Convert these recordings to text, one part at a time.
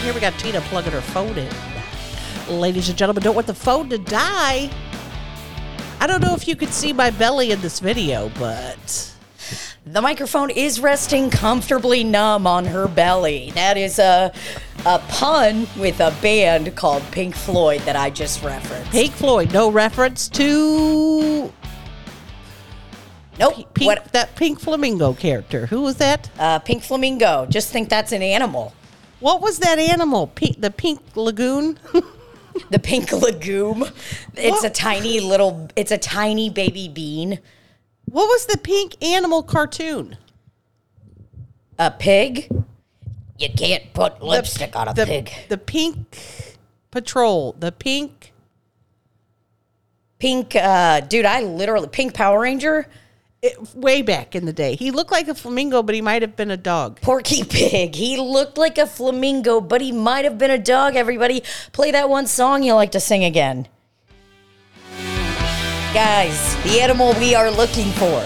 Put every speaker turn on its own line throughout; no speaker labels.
here we got Tina plugging her phone in. Ladies and gentlemen, don't want the phone to die. I don't know if you could see my belly in this video, but
The microphone is resting comfortably numb on her belly. That is a a pun with a band called Pink Floyd that I just referenced.
Pink Floyd, no reference to
nope.
pink,
What,
that pink flamingo character. Who was that?
uh, pink flamingo. Just think that's an animal.
What was that animal? Pink, the pink lagoon?
The pink legume. It's
What?
a tiny little. It's a tiny baby bean.
what was the pink animal cartoon?
A pig. You can't put lipstick on a
the,
pig.
The pink patrol. The pink.
Pink, uh, dude. I literally pink Power Ranger.
it- way back in the day, he looked like a flamingo, but he might have been a dog.
Porky Pig. He looked like a flamingo, but he might have been a dog. Everybody, play that one song you like to sing again. Guys, the animal we are looking for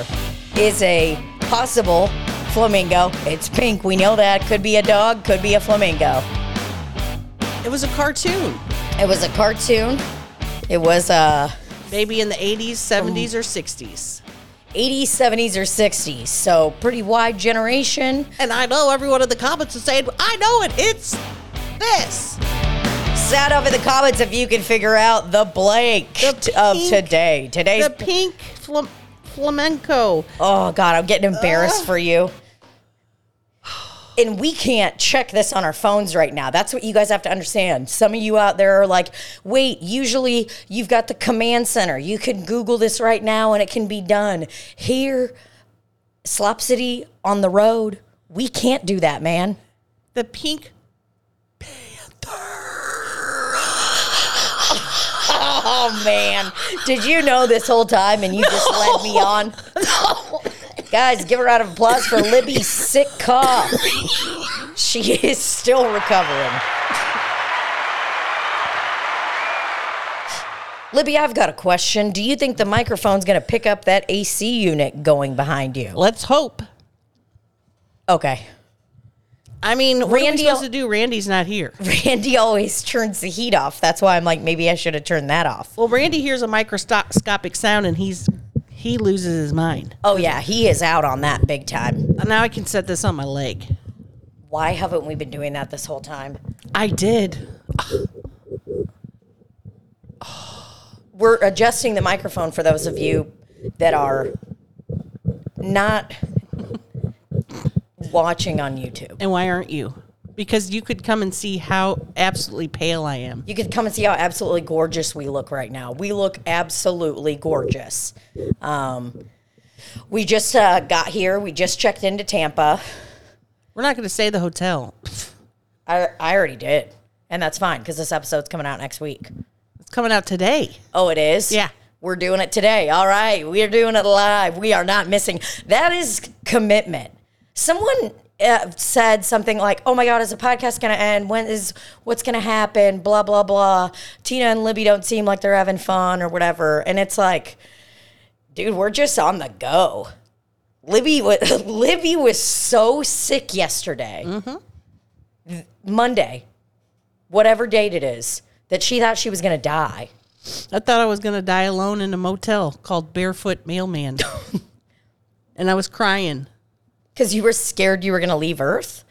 is a possible flamingo. It's pink. We know that. Could be a dog, could be a flamingo.
It was a cartoon,
It was a cartoon. It was uh,
maybe in the 80s, 70s, or 60s.
80s, 70s, or 60s. So, pretty wide generation.
And I know everyone in the comments is saying, I know it. It's this.
Shout out in the comments if you can figure out the blank
The
of
pink-
today. Today's
The pink flam- flamenco.
Oh God, I'm getting embarrassed for you. And we can't check this on our phones right now. That's what you guys have to understand. Some of you out there are like, wait, usually you've got the command center. You can Google this right now and it can be done. Here, Slop City on the road, we can't do that, man.
The pink.
Oh man, did you know this whole time and you just led me on? Guys, give her a round of applause for Libby sick cough. She is still recovering. Libby, I've got a question. Do you think the microphone's going to pick up that AC unit going behind you?
Let's hope.
Okay.
I mean, what are we
Randy-
supposed to do? Randy's not here.
Randy always turns the heat off. That's why I'm like, maybe I should have turned that off.
Well, Randy hears a microscopic sound and he's he loses his mind.
Oh, yeah, he is out on that big time.
Now I can set this on my leg.
Why haven't we been doing that this whole time?
I did.
we're adjusting the microphone for those of you that are not watching on YouTube.
And why aren't you? Because you could come and see how absolutely pale I am.
You could come and see how absolutely gorgeous we look right now. We look absolutely gorgeous. Um, we just uh, got here. We just checked into Tampa.
We're not going to say the hotel.
I, I already did, and that's fine because this episode's coming out next week.
It's coming out today.
Oh, it is?
Yeah.
We're doing it today. All right. We're doing it live. We are not missing. That is commitment. Someone uh, said something like, oh my God, is the podcast going to end? When is what's going to happen? Blah, blah, blah. Tina and Libby don't seem like they're having fun or whatever. And it's like, dude, we're just on the go. Libby was, Libby was so sick yesterday. Th- Monday, whatever date it is, that she thought she was going to die.
I thought I was going to die alone in a motel called Barefoot Mailman. and I was crying.
Because you were scared you were going to leave Earth?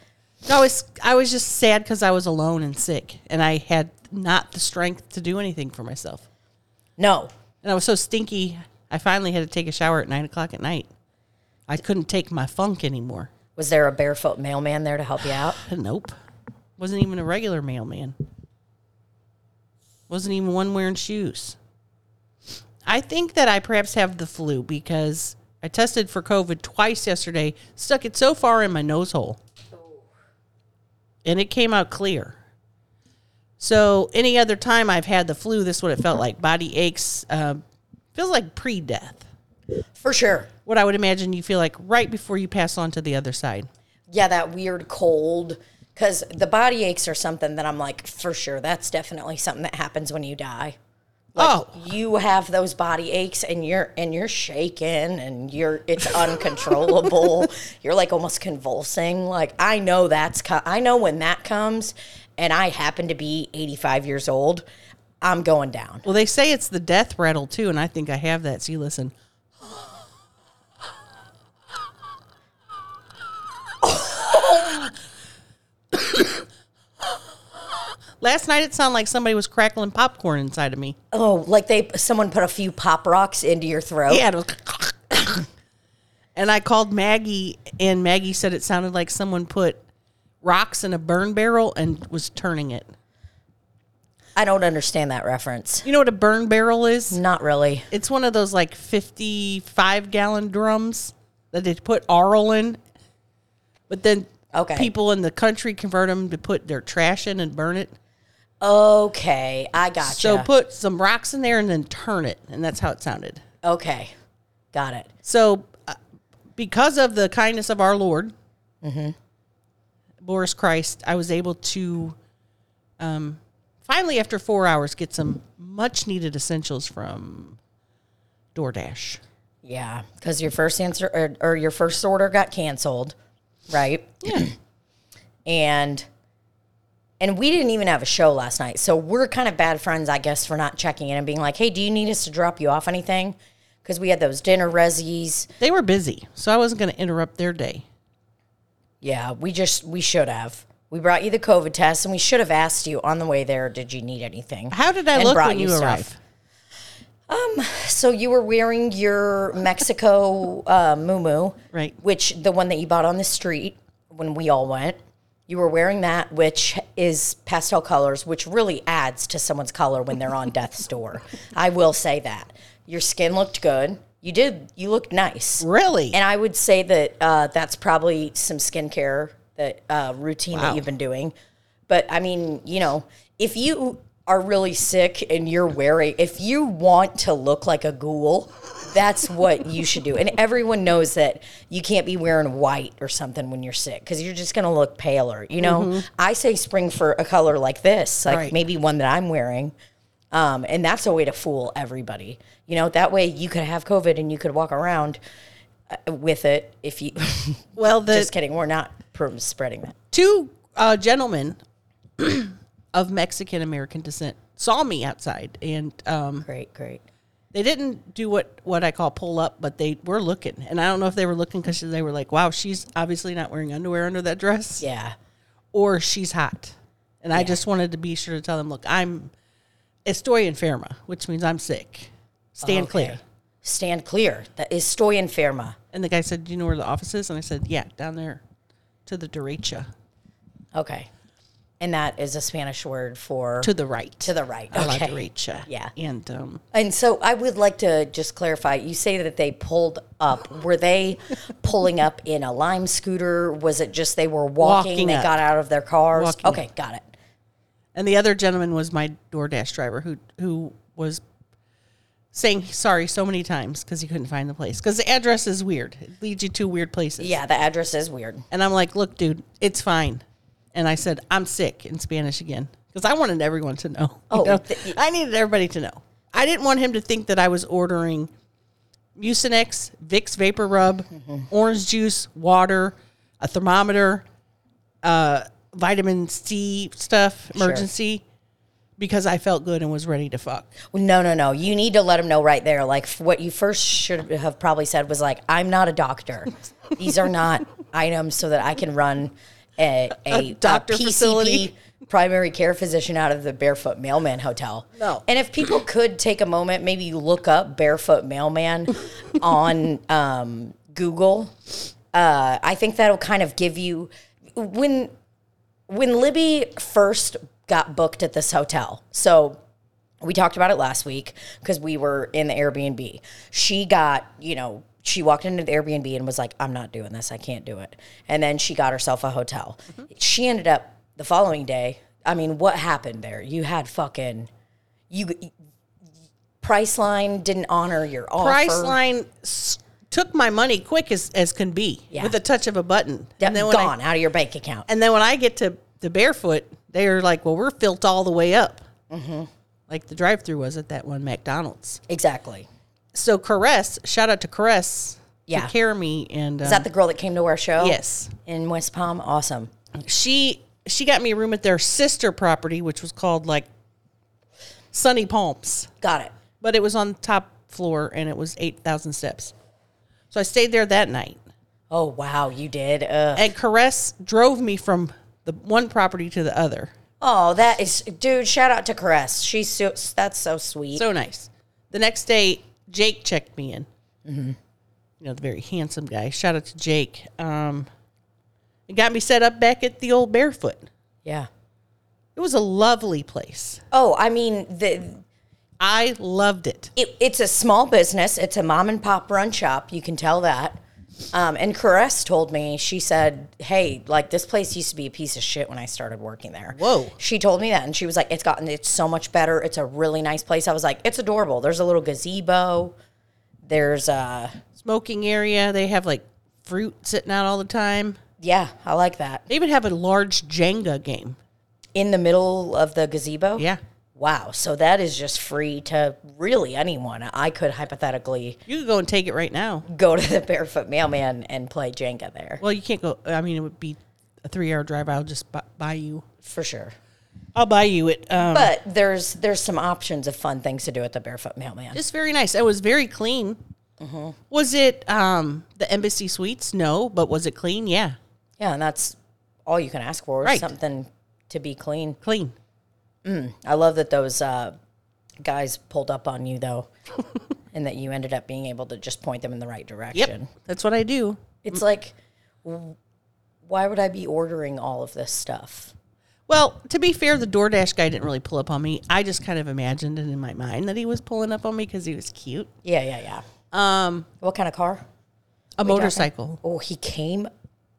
I was I was just sad cuz I was alone and sick and I had not the strength to do anything for myself.
No.
And I was so stinky. I finally had to take a shower at nine o'clock at night. I couldn't take my funk anymore.
Was there a barefoot mailman there to help you out?
Nope. Wasn't even a regular mailman. Wasn't even one wearing shoes. I think that I perhaps have the flu because I tested for COVID twice yesterday, stuck it so far in my nose hole. And it came out clear. So, any other time I've had the flu, this is what it felt like body aches, um, feels like pre death.
For sure.
What I would imagine you feel like right before you pass on to the other side.
Yeah, that weird cold. Because the body aches are something that I'm like, for sure, that's definitely something that happens when you die.
oh,
You have those body aches and you're and you're shaking and you're it's uncontrollable. you're like almost convulsing. Like I know that's co- I know when that comes and I happen to be 85 years old, I'm going down.
Well, they say it's the death rattle too, and I think I have that. See, listen. Last night it sounded like somebody was crackling popcorn inside of me.
Oh, like they someone put a few pop rocks into your throat.
Yeah. It was and I called Maggie, and Maggie said it sounded like someone put rocks in a burn barrel and was turning it.
I don't understand that reference.
You know what a burn barrel is?
Not really.
It's one of those like 55 gallon drums that they put RL in, but then
Okay.
people in the country convert them to put their trash in and burn it.
Okay, I got gotcha.
So put some rocks in there and then turn it. And that's how it sounded.
okay, got it.
So, uh, because of the kindness of our Lord,
Mm-hmm.
Boris Christ, I was able to um, finally, after four hours, get some much needed essentials from DoorDash.
Yeah, because your first answer or, or your first order got canceled, right?
Yeah.
and and we didn't even have a show last night, so we're kind of bad friends, I guess, for not checking in and being like, "Hey, do you need us to drop you off anything?" Because we had those dinner resis.
They were busy, so I wasn't going to interrupt their day.
Yeah, we just we should have. We brought you the COVID test, and we should have asked you on the way there, "Did you need anything?"
How did I
and
look
brought
when you,
stuff.
arrived?
So you were wearing your Mexico uh, muumuu,
Right.
Which the one that you bought on the street when we all went. You were wearing that, which is pastel colors, which really adds to someone's color when they're on death's door. I will say that your skin looked good. You did. You looked nice.
Really?
And I would say that uh, that's probably some skincare that uh, routine that you've been doing. But I mean, you know, if you are really sick and you're wearing, if you want to look like a ghoul, that's what you should do. And everyone knows that you can't be wearing white or something when you're sick because you're just going to look paler. You know, I say spring for a color like this, like
Mm-hmm. Right.
maybe one that I'm wearing. Um, and that's a way to fool everybody. You know, that way you could have COVID and you could walk around uh, with it if you.
well, the
just kidding. We're not pr- spreading that.
two uh, gentlemen of Mexican American descent saw me outside, and um,
Great, great.
they didn't do what what I call pull up, but they were looking, and I don't know if they were looking because they were like, "Wow, she's obviously not wearing underwear under that dress,
Yeah.
or she's hot." And I just wanted to be sure to tell them, "Look, I'm estoy enferma, which means I'm sick. Stand clear."
Okay. Stand clear. That is Stoy and Ferma.
And the guy said, "Do you know where the office is?" And I said, "Yeah, down there, to the derecha,
Okay. And that is a Spanish word for
to the right,
to the right.
a la
Okay.
derecha."
Yeah.
and um,
And so I would like to just clarify. You say that they pulled up. Were they pulling up in a lime scooter? Was it just they were walking?
Walking
they
up.
got out of their cars.
Walking
okay, got it.
And the other gentleman was my DoorDash driver who who was saying sorry so many times because he couldn't find the place because the address is weird. It leads you to weird places.
Yeah, the address is weird.
And I'm like, look, dude, it's fine. And I said, I'm sick in Spanish again because I wanted everyone to know. you
Oh,
know?
th-
I needed everybody to know. I didn't want him to think that I was ordering Mucinex, Vicks Vapor Rub,
Mm-hmm.
orange juice, water, a thermometer, uh, vitamin C stuff, emergency, because I felt good and was ready to fuck.
No, no, no. You need to let them know right there. Like f- what you first should have probably said was like, "I'm not a doctor. These are not items so that I can run a, a,
doctor
PCP,
facility.
primary care physician out of the Barefoot Mailman Hotel."
No.
And if people could take a moment, maybe you look up Barefoot Mailman on um, Google. Uh, I think that'll kind of give you when when Libby first got booked at this hotel. So we talked about it last week because we were in the Airbnb. She got, you know, she walked into the Airbnb and was like, I'm not doing this. I can't do it. And then she got herself a hotel. She ended up the following day. I mean, what happened there? You had fucking, you, Priceline didn't honor your offer.
Priceline s- took my money quick as, as can be
Yeah.
with a touch of a button.
Yeah,
then when I-
gone out of your bank account.
And then when I get to the barefoot, they're like, "Well, we're filled all the way up." Like the drive-through was at that one McDonald's.
Exactly.
So Caress, shout out to Caress,
Yeah.
took care of me, and um,
Is that the girl that came to our show?
yes,
In West Palm? Awesome.
she she got me a room at their sister property, which was called like Sunny Palms,
Got it.
but it was on the top floor and it was 8,000 steps. So I stayed there that night.
Oh wow, you did. Ugh.
And Caress drove me from the one property to the other.
Oh, that is, dude. Shout out to Caress. She's so, that's so sweet.
So nice. The next day, Jake checked me in. You know, the very handsome guy. Shout out to Jake. Um, it got me set up back at the old Barefoot.
yeah.
It was a lovely place.
Oh, I mean, the
I loved it.
it, it's a small business. It's a mom and pop run shop. You can tell that. Um, and Caress told me, she said, Hey, like this place used to be a piece of shit when I started working there.
Whoa.
She told me that. And she was like, It's gotten, it's so much better. It's a really nice place. I was like, It's adorable. There's a little gazebo. There's, uh,
Smoking area. They have like fruit sitting out all the time.
yeah, I like that.
They even have a large Jenga game.
In the middle of the gazebo.
Yeah.
Wow. So that is just free to really anyone. I could hypothetically
You could go and take it right now.
go to the Barefoot Mailman and play Jenga there
Well, you can't go. I mean, it would be a three hour drive. I'll just bu- buy you.
for sure.
I'll buy you it. Um,
But there's there's some options of fun things to do at the Barefoot Mailman.
It's very nice. It was very clean. Was it um, the Embassy Suites? No, but was it clean? Yeah,
Yeah, and that's all you can ask for is
Right.
something to be clean.
clean.
I love that those uh, guys pulled up on you though, and that you ended up being able to just point them in the right
Yep,
direction.
that's what I do.
It's like, w- why would I be ordering all of this stuff?
Well, to be fair, the DoorDash guy didn't really pull up on me. I just kind of imagined it in my mind that he was pulling up on me because he was cute.
Yeah, yeah, yeah.
Um,
What kind of car?
a motorcycle.
Oh, he came.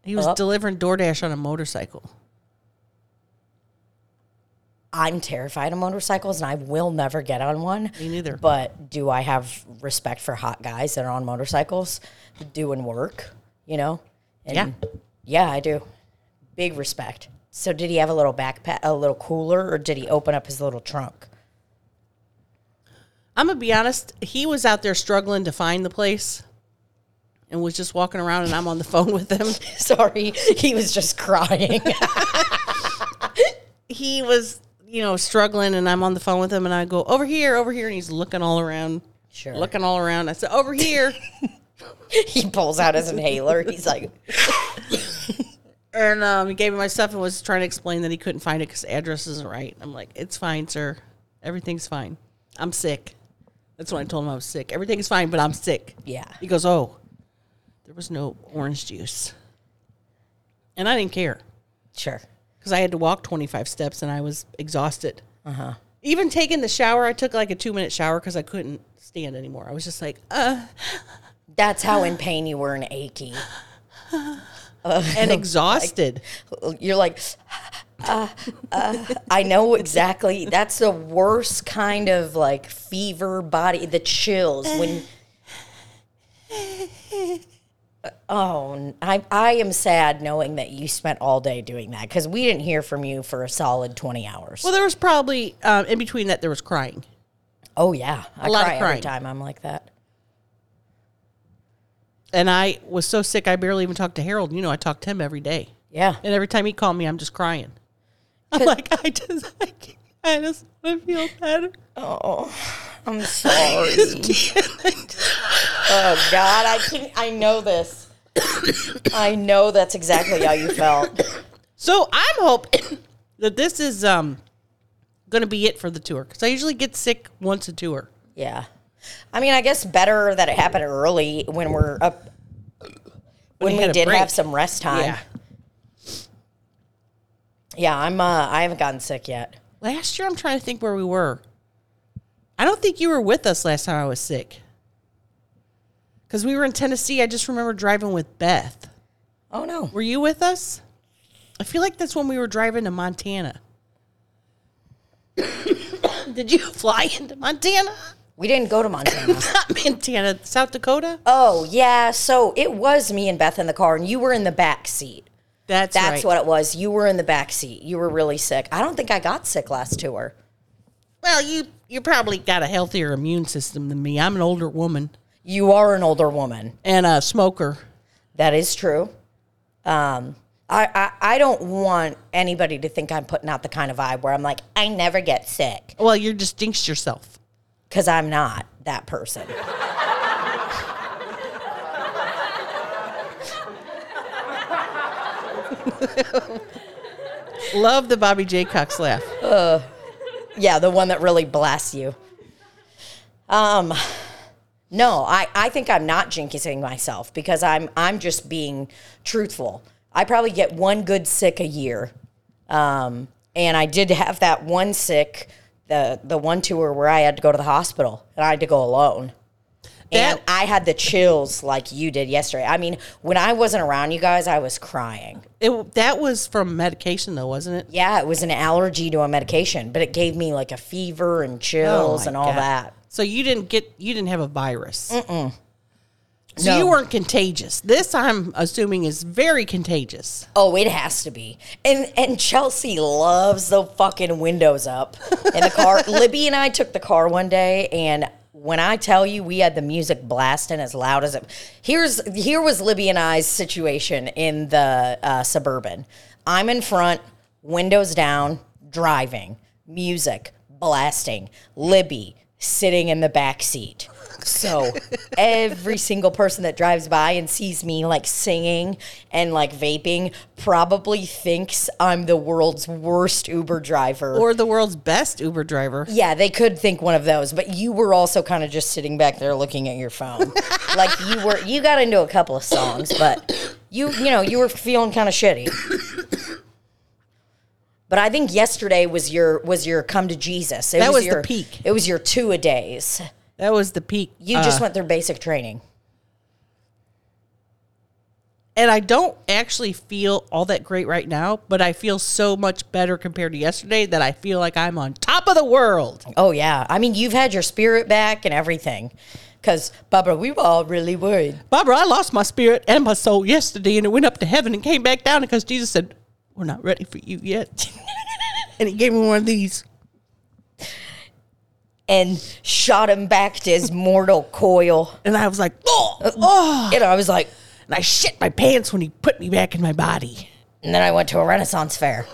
He was
Up.
delivering DoorDash on a motorcycle.
I'm terrified of motorcycles, and I will never get on one.
Me neither.
But do I have respect for hot guys that are on motorcycles doing work? You know? And
Yeah.
Yeah, I do. Big respect. So did he have a little backpack, a little cooler, or did he open up his little trunk?
I'm gonna be honest. He was out there struggling to find the place, and was just walking around, and I'm on the phone with him.
Sorry, he was just crying.
he was, you know, struggling, and I'm on the phone with him, and I go over here, over here, and he's looking all around,
sure.
looking all around. I said, over here,
He pulls out his inhaler. He's like,
and um, he gave me my stuff and was trying to explain that he couldn't find it because the address isn't right. I'm like, it's fine, sir. Everything's fine. I'm sick. That's when I told him I was sick. Everything's fine, but I'm sick.
yeah.
He goes, oh, there was no orange juice, and I didn't care.
Sure.
because I had to walk 25 steps and I was exhausted. Even taking the shower, I took like a two minute shower because I couldn't stand anymore. I was just like, uh,
That's how in pain you were and achy.
and exhausted.
you're like, uh, uh, I know exactly. That's the worst kind of like fever body, the chills when. Oh, n- I, I am sad knowing that you spent all day doing that because we didn't hear from you for a solid 20 hours.
well, there was probably um, in between that there was crying.
oh, yeah. I
a lot of
cry every
crying.
time I'm like that.
And I was so sick, I barely even talked to Harold. You know, I talked to him every day.
Yeah.
And every time he called me, I'm just crying. I'm like, I just, I, can't, I just want to feel better.
Oh, I'm sorry. oh God, I can I know this. I know that's exactly how you felt.
So I'm hoping that this is um, going to be it for the tour because I usually get sick once a tour.
Yeah. I mean, I guess better that it happened early when we're up when,
you
we
had a
did
break.
have some rest time. Yeah, I'm uh I haven't gotten sick yet.
Last year, I'm trying to think where we were. I don't think you were with us last time I was sick. Because we were in Tennessee. I just remember driving with Beth.
Oh no.
Were you with us? I feel like that's when we were driving to Montana. Did you fly into Montana?
We didn't go to Montana.
Not Montana, South Dakota?
oh, yeah. So it was me and Beth in the car and you were in the back seat.
That's,
That's
right.
what it was. You were in the back seat. You were really sick. I don't think I got sick last tour.
Well, you, you probably got a healthier immune system than me. I'm an older woman
You are an older woman.
and a smoker.
That is true. Um, I, I, I don't want anybody to think I'm putting out the kind of vibe where I'm like, I never get sick
Well, you distinct yourself.
because I'm not that person.
Love the Bobby J. Cox laugh.
Yeah, the one that really blasts you. Um, no, I, I think I'm not jinxing myself because I'm I'm just being truthful. I probably get one good sick a year, um, and I did have that one sick, the the one tour where I had to go to the hospital and I had to go alone. and
That-
I had the chills like you did yesterday. I mean, when I wasn't around you guys, I was crying.
It, that was from medication, though, wasn't it?
Yeah, it was an allergy to a medication, but it gave me like a fever and chills
Oh my
and all
God.
that.
So you didn't get you didn't have a virus. So
No.
you weren't contagious. This I'm assuming is very contagious.
Oh, it has to be. And and Chelsea loves the fucking windows up in the car. Libby and I took the car one day and when I tell you we had the music blasting as loud as it here's here was Libby and I's situation in the uh, suburban. I'm in front, windows down, driving, music blasting, Libby sitting in the back seat. So every single person that drives by and sees me like singing and like vaping probably thinks I'm the world's worst Uber driver.
Or the world's best Uber driver.
yeah, they could think one of those, but you were also kind of just sitting back there looking at your phone. like you were you got into a couple of songs, but you you know, you were feeling kind of shitty. But I think yesterday was your was your come to Jesus. It
That was the
your
peak.
It was your two a days.
That was the peak. uh,
You just went through basic training.
and I don't actually feel all that great right now, but I feel so much better compared to yesterday that I feel like I'm on top of the world.
Oh yeah, I mean you've had your spirit back and everything, because Barbara, we were all really worried.
Barbara, I lost my spirit and my soul yesterday, and it went up to heaven and came back down because Jesus said, "We're not ready for you yet," and He gave me one of these.
And shot him back to his mortal coil.
And I was like, oh,
And I was like,
and I shit my pants when he put me back in my body.
and then I went to a Renaissance fair.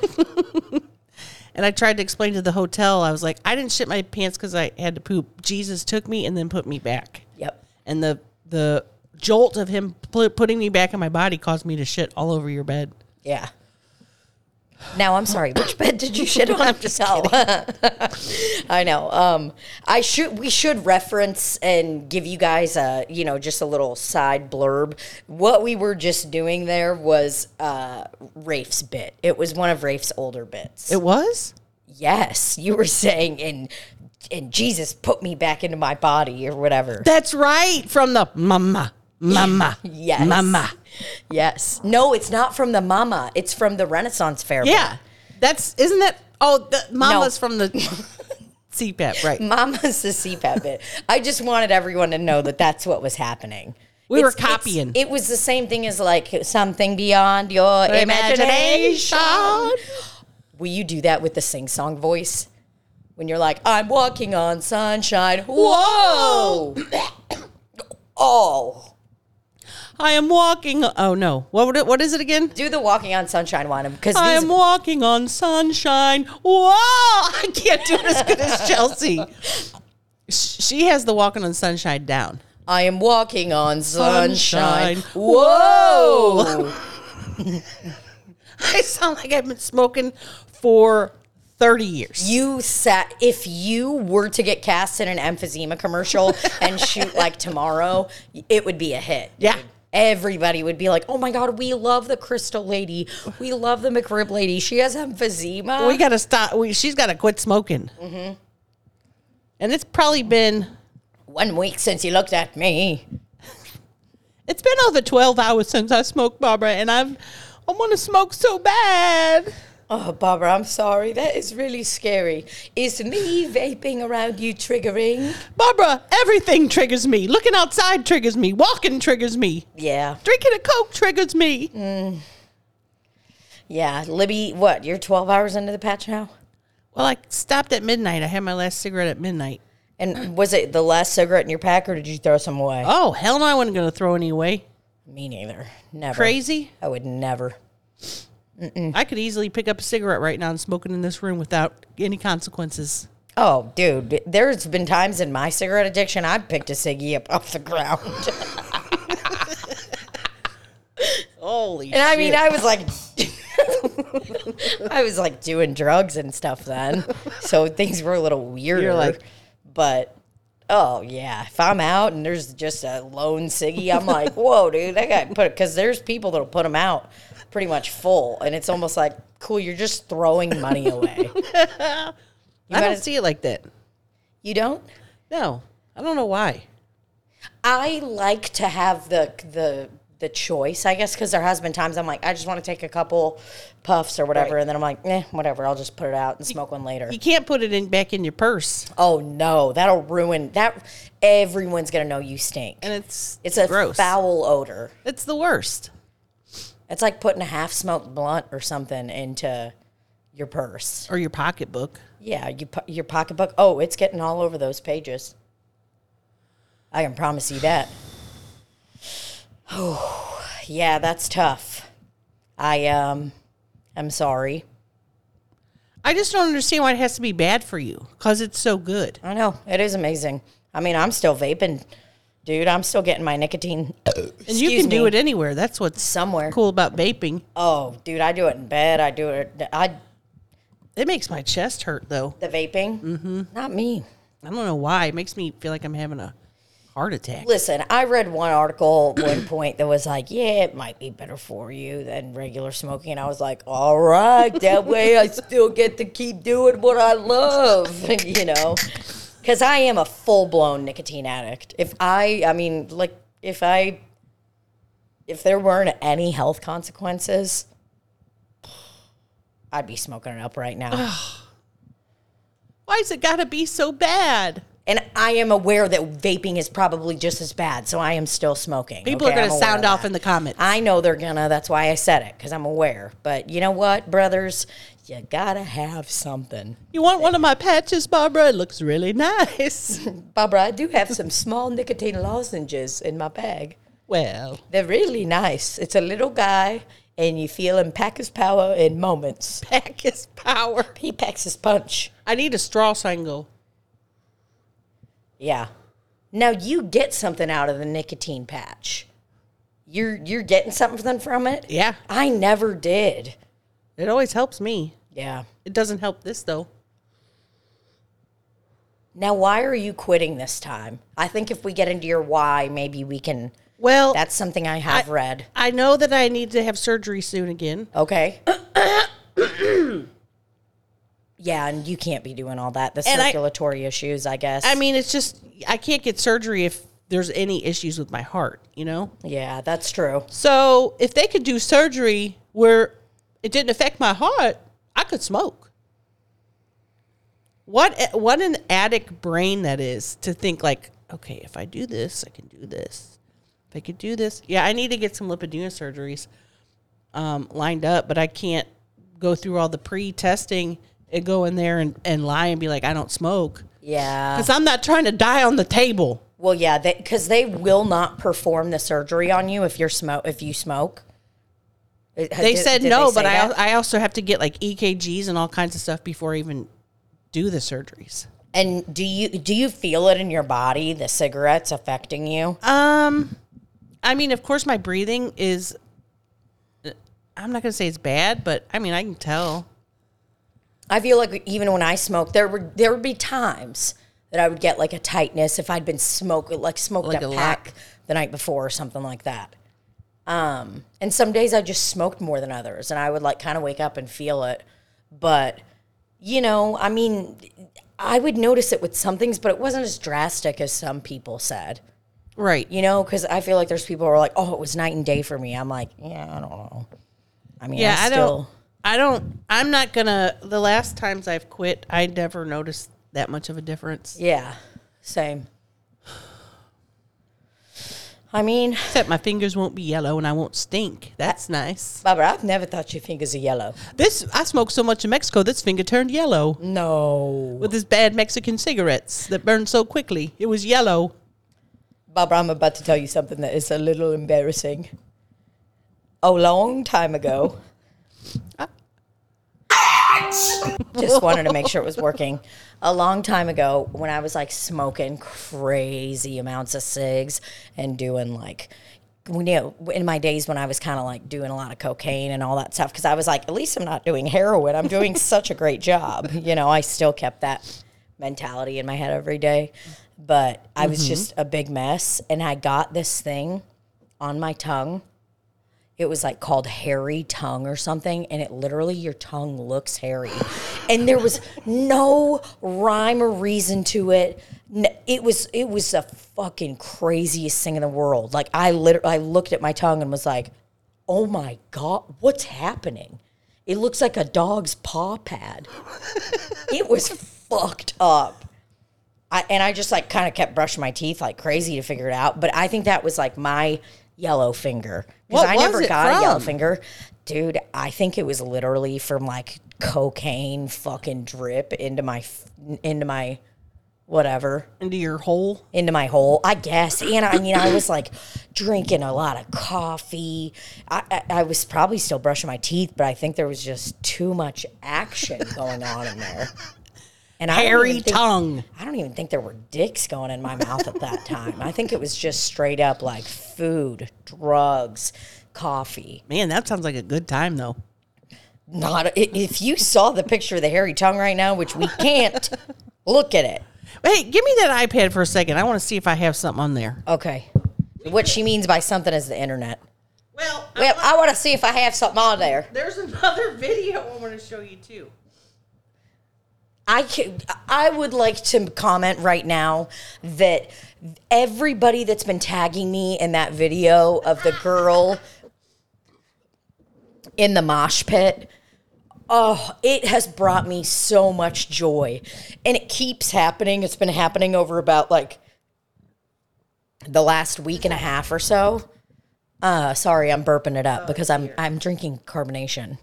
And I tried to explain to the hotel, I was like, I didn't shit my pants because I had to poop. Jesus took me and then put me back.
yep.
And the the jolt of him pu- putting me back in my body caused me to shit all over your bed.
Yeah. Now I'm sorry. Which bed did you shit on? I'm just I know. Um, I should. We should reference and give you guys a you know just a little side blurb. What we were just doing there was uh, Rafe's bit. It was one of Rafe's older bits.
It was?
yes, you were saying and and Jesus put me back into my body or whatever.
That's right. From the mama, mama,
Yes.
mama.
Yes. No, it's not from the Mama. It's from the Renaissance Fair. bit.
Yeah. That's, isn't that? Oh, the, mama's from the CPAP, right.
Mama's the CPAP bit. I just wanted everyone to know that that's what was happening.
We were copying.
it was the same thing as like something beyond your imagination. Will you do that with the sing song voice? When you're like, I'm walking on sunshine. Whoa. oh.
I am walking. Oh no! What would it, what is it again?
Do the walking on sunshine one because
I
these
am walking on sunshine. Whoa! I can't do it as good as Chelsea. Sh- She has the walking on sunshine down.
I am walking on sunshine.
Sunshine.
Whoa.
I sound like I've been smoking for thirty years.
you sat if you were to get cast in an emphysema commercial and shoot like tomorrow it would be a hit
Yeah.
everybody would be like oh my god we love the crystal lady we love the mcrib lady she has emphysema
we gotta stop. We, she's gotta quit smoking. And it's probably been
one week since you looked at me
it's been over twelve hours since I smoked, Barbara, and I've I want to smoke so bad.
oh barbara i'm sorry that is really scary is me vaping around you triggering
Barbara, everything triggers me. Looking outside triggers me. Walking triggers me.
yeah
Drinking a Coke triggers me.
yeah libby what you're 12 hours into the patch now
Well, I stopped at midnight. I had my last cigarette at midnight.
and was it the last cigarette in your pack or did you throw some away
Oh, hell no, I wasn't going to throw any away.
me neither never
Crazy?
I would never.
I could easily pick up a cigarette right now and smoke it in this room without any consequences.
Oh, dude, there's been times in my cigarette addiction I've picked a ciggy up off the ground.
Holy
And I mean, I was like, I was like doing drugs and stuff then. So things were a little weirder.
like-
but oh, yeah. If I'm out and there's just a lone ciggy, I'm like, whoa, dude, that guy put it. Because there's people that'll put them out pretty much full. And it's almost like, cool, you're just throwing money away.
I don't
gotta-
see it like that.
you don't?
No, I don't know why.
I like to have the the the choice, I guess, because there has been times I'm like, I just want to take a couple puffs or whatever,
Right.
and then I'm like, eh, whatever, I'll just put it out and smoke one later.
You can't put it in back in your purse,
Oh no, that'll ruin that. Everyone's gonna know you stink.
and it's
it's a
gross.
foul odor.
It's the worst.
It's like putting a half-smoked blunt or something into your purse.
Or your pocketbook.
Yeah, you po- your pocketbook. Oh, it's getting all over those pages. I can promise you that. Oh, yeah, that's tough. I um, I'm sorry.
I just don't understand why it has to be bad for you because it's so good.
I know it is amazing. I mean, I'm still vaping, dude. I'm still getting my nicotine.
And you can do it anywhere. That's what's
somewhere.
cool about vaping.
Oh, dude, I do it in bed. I do it. I
It makes my chest hurt though.
the vaping. Mm-hmm. Not me.
I don't know why. It makes me feel like I'm having a heart attack.
Listen, I read one article at one point that was like, yeah, it might be better for you than regular smoking. And I was like, all right, that way I still get to keep doing what I love, you know? Because I am a full blown nicotine addict. If I, I mean, like, if I, if there weren't any health consequences, I'd be smoking it up right now.
Why's it gotta be so bad?
And I am aware that vaping is probably just as bad, so I am still smoking.
People
okay?
are
I'm
gonna
aware
sound
of
off
that.
in the comments.
I know they're gonna. That's why I said it because I'm aware. But you know what, brothers, you gotta have something.
you want one of my patches, Barbara? It looks really nice.
Barbara, I do have some small nicotine lozenges in my bag.
well,
They're really nice. It's a little guy, and you feel him pack his power in moments.
pack is power.
He packs his punch.
I need a straw so I can go.
Yeah. Now you get something out of the nicotine patch. You're you're getting something from it.
Yeah.
I never did.
It always helps me.
Yeah.
It doesn't help this though.
Now, why are you quitting this time? I think if we get into your why, maybe we can.
Well,
That's something I have read.
I know that I need to have surgery soon again.
Okay. yeah, and you can't be doing all that. The
And I-
circulatory issues, I guess.
I mean, it's just I can't get surgery if there's any issues with my heart, you know?
yeah, that's true.
So if they could do surgery where it didn't affect my heart, I could smoke. What what an addict brain that is to think like, okay, if I do this, I can do this. If I could do this, yeah, I need to get some lipidema surgeries um, lined up, but I can't go through all the pre-testing and go in there and, and lie and be like, I don't smoke
Yeah.
because I'm not trying to die on the table.
Well, yeah, because they, will not perform the surgery on you if you're smoke if you smoke. They
they said no, but I, al- I also have to get like EKGs and all kinds of stuff before I even do the surgeries.
and do you do you feel it in your body? The cigarettes affecting you?
Um, I mean, of course, my breathing is. I'm not gonna say it's bad, but I mean, I can tell.
I feel like even when I smoked, there were there would be times that I would get like a tightness if I'd been smoked like smoked
Like
a,
a lot.
pack the night before or something like that. Um, and some days I just smoked more than others, and I would like kind of wake up and feel it. But you know, I mean, I would notice it with some things, but it wasn't as drastic as some people said.
Right.
You know, because I feel like there's people who are like, "Oh, it was night and day for me." I'm like, "Yeah, I don't know." I mean,
yeah,
I
I
still.
don't. I don't. I'm not gonna. The last times I've quit, I never noticed that much of a difference,
Yeah, same. I mean,
except my fingers won't be yellow and I won't stink. That's nice.
Barbara, I've never thought your fingers are yellow.
This I smoked so much in Mexico, this finger turned yellow.
No.
with his bad Mexican cigarettes that burned so quickly. It was yellow.
Barbara, I'm about to tell you something that is a little embarrassing. A long time ago, Just wanted to make sure it was working. A long time ago, when I was like smoking crazy amounts of cigs and doing like, you know, in my days when I was kind of like doing a lot of cocaine and all that stuff, because I was like, at least I'm not doing heroin. I'm doing such a great job. You know, I still kept that mentality in my head every day, but I was just a big mess. And I got this thing on my tongue it was like called hairy tongue or something and it literally your tongue looks hairy and there was no rhyme or reason to it N- it was it was the fucking craziest thing in the world like i literally i looked at my tongue and was like oh my god what's happening it looks like a dog's paw pad it was fucked up I, and I just like kind of kept brushing my teeth like crazy to figure it out. But I think that was like my yellow finger because
What
I
was
never
it
got a yellow
from?
finger, dude. I think it was literally from like cocaine fucking drip into my f- into my whatever
into your hole.
into my hole, I guess. And I mean, I was like drinking a lot of coffee. I, I, I was probably still brushing my teeth, but I think there was just too much action going on in there. And I don't even
Hairy
think-
tongue.
I don't even think there were dicks going in my mouth at that time. I think it was just straight up like food, drugs, coffee.
Man, that sounds like a good time though.
Not i- if you saw the picture of the hairy tongue right now, which we can't look at it.
Hey, give me that iPad for a second. I want to see if I have something on there.
Okay. What she means by something is the internet.
Well,
Well, I want to see if I have something on there.
there's another video I want to show you too.
I ca- I would like to comment right now that everybody that's been tagging me in that video of the girl in the mosh pit. Oh, it has brought me so much joy. And it keeps happening. It's been happening over about like the last week and a half or so. Uh, sorry, I'm burping it up because I'm I'm drinking carbonation.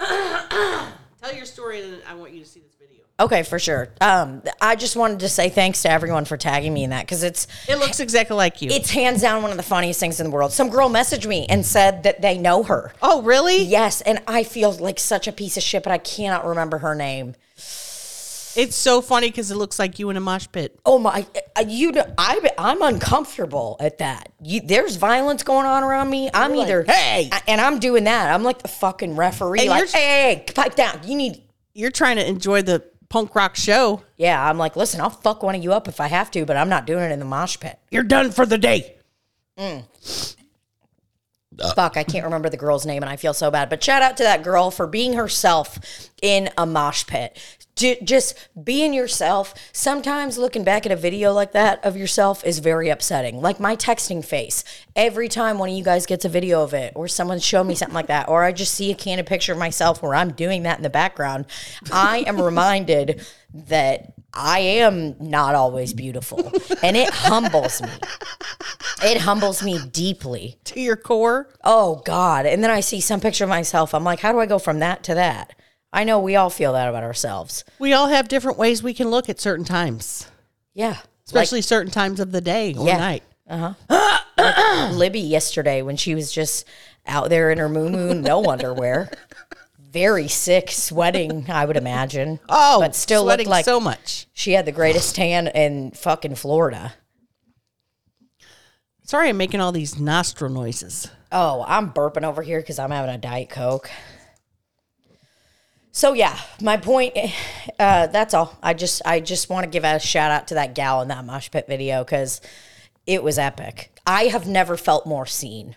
Tell your story, and then I want you to see this video.
Okay, for sure. Um, I just wanted to say thanks to everyone for tagging me in that because it's
It looks exactly like you.
it's hands down one of the funniest things in the world. Some girl messaged me and said that they know her.
oh, really?
Yes, and I feel like such a piece of shit, but I cannot remember her name.
It's so funny because it looks like you in a mosh pit.
Oh my! uh, You, know, I, I'm uncomfortable at that. You, there's violence going on around me. I'm either
"Hey!"
I- and I'm doing that. I'm like the fucking referee.
And
like,
you're s-
hey, pipe down. You need
You're trying to enjoy the punk rock show.
Yeah, I'm like, listen, I'll fuck one of you up if I have to, but I'm not doing it in the mosh pit.
You're done for the day.
Fuck, I can't remember the girl's name and I feel so bad. But shout out to that girl for being herself in a mosh pit. J- just being yourself. Sometimes looking back at a video like that of yourself is very upsetting. Like my texting face. Every time one of you guys gets a video of it or someone show me something like that, or I just see a candid picture of myself where I'm doing that in the background, I am reminded that I am not always beautiful. And it humbles me. It humbles me deeply
To your core.
oh god and then i see some picture of myself i'm like how do i go from that to that i know we all feel that about ourselves
We all have different ways we can look at certain times,
yeah
especially certain times of the day or
Yeah.
night.
like libby yesterday when she was just out there in her moo moo no underwear very sick sweating i would imagine
Oh,
but still
sweating
looked like
so much.
she had the greatest tan in fucking florida
Sorry, I'm making all these nostril noises.
Oh, I'm burping over here because I'm having a Diet Coke. So yeah, my point. Uh, that's all. I just I just want to give a shout out to that gal in that mosh pit video because it was epic. I have never felt more seen.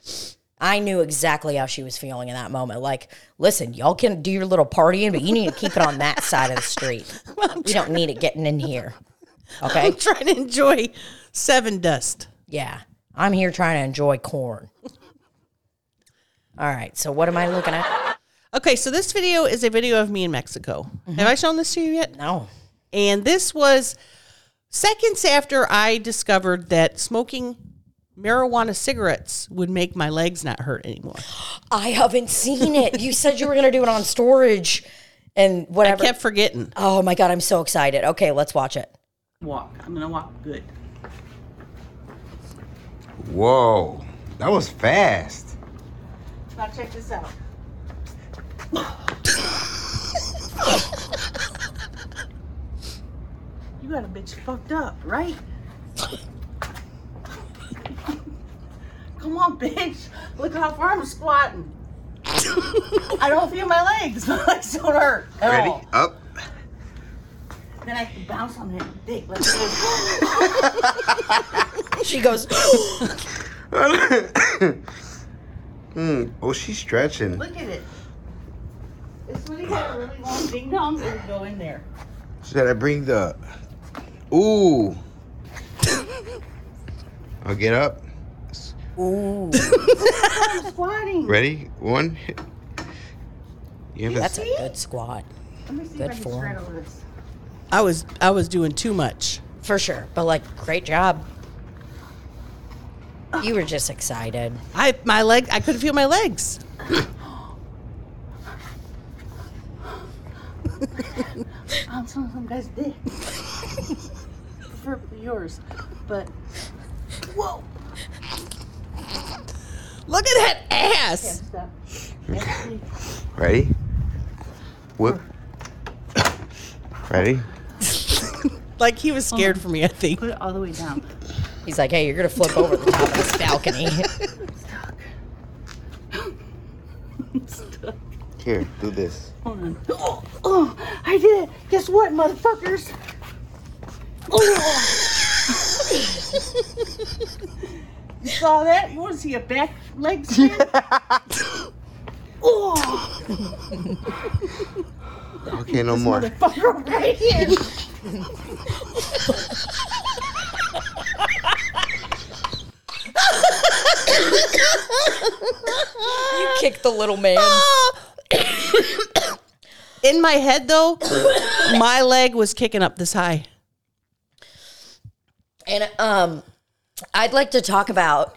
I knew exactly how she was feeling in that moment. Like, listen, y'all can do your little partying, but you need to keep it on that side of the street. We don't need it getting in here. Okay.
I'm trying to enjoy seven dust.
Yeah. I'm here trying to enjoy corn. All right. So what am I looking at?
Okay, so this video is a video of me in Mexico.
Mm-hmm.
Have I shown this to you yet?
No.
And this was seconds after I discovered that smoking marijuana cigarettes would make my legs not hurt anymore.
I haven't seen it. You said you were going to do it on storage and
I
whatever.
kept forgetting.
oh my God. I'm so excited. Okay. Let's watch it.
Walk. I'm gonna walk good.
Whoa, that was fast.
Now check this out.
You got a bitch fucked up, right? Come on, bitch. Look how far I'm squatting. I don't feel my legs. My legs don't hurt at
Ready?
all.
Up.
Then I can bounce on him. Dick. Let's go.
She goes,
mm. Oh, she's stretching.
Look at it. This one got a really long ding dong. It'll go in there.
Should I bring the? Ooh. I'll get up.
ooh.
I'm squatting.
Ready? One. You have
That's
a,
a good squat.
Let me see
Good
if I can
form.
straddle this.
I was I was doing too much.
For sure. But like, great job. You were just excited.
I my leg I couldn't feel my legs.
Bounce on some guy's dick. Preferably yours. But whoa.
Look at that ass.
Stop. Yes, please.
ready? Whoop. Ready?
Like he was scared for me, I think.
Put it all the way down.
He's like, hey, you're going to flip over the top of this balcony.
Here, do this.
Hold on. Oh, oh, I did it. Guess what, motherfuckers? Oh. you saw that? You want to see a back leg spin? oh,
Okay, no more.
motherfucker, right here.
you kick the little man.
In my head though, my leg was kicking up this high.
And um, I'd like to talk about.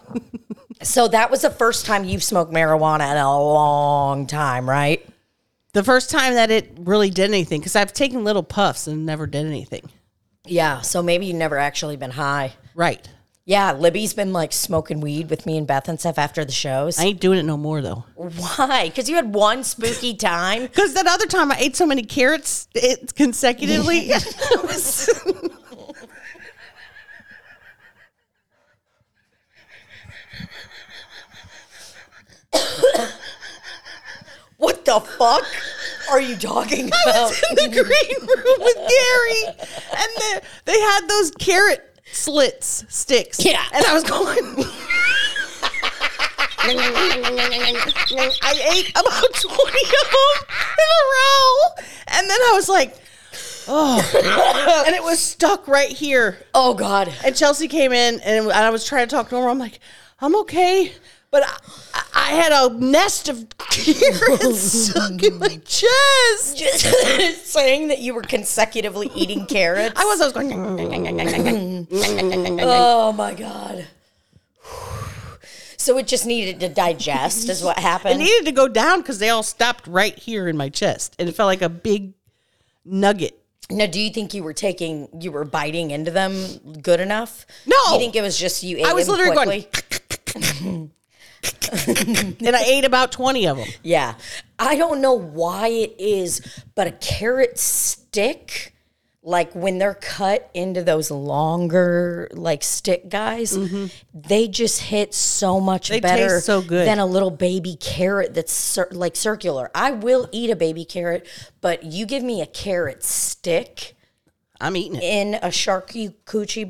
So that was the first time you've smoked marijuana in a long time, right?
The first time that it really did anything, because I've taken little puffs and never did anything.
Yeah. So maybe you've never actually been high.
Right.
Yeah, Libby's been like smoking weed with me and Beth and stuff after the shows.
I ain't doing it no more though.
Why? Because you had one spooky time.
Because that other time I ate so many carrots it, consecutively. it was-
What the fuck are you talking about?
in the green room with Gary, and the, they had those carrot slits sticks.
Yeah.
and I was going. I ate about twenty of them in a row, and then I was like, "Oh!" and it was stuck right here.
Oh God.
And Chelsea came in, and I was trying to talk to her. I'm like, "I'm okay." But I, I- I had a nest of carrots stuck in my chest.
Just saying that you were consecutively eating carrots.
I was, I was going.
Oh my god. So it just needed to digest, is what
it
happened.
needed to go down because they all stopped right here in my chest, and it felt like a big nugget.
now, do you think you were taking, you were biting into them good enough?
No.
you think it was just you ate.
I was
them
literally
quickly?
going, and I ate about twenty of them.
Yeah, I don't know why it is, but a carrot stick, like when they're cut into those longer like stick guys, they just hit so much
Mm-hmm. They
better
taste so good.
than a little baby carrot that's cir- like circular. I will eat a baby carrot, but you give me a carrot stick
I'm eating it.
in a sharky coochie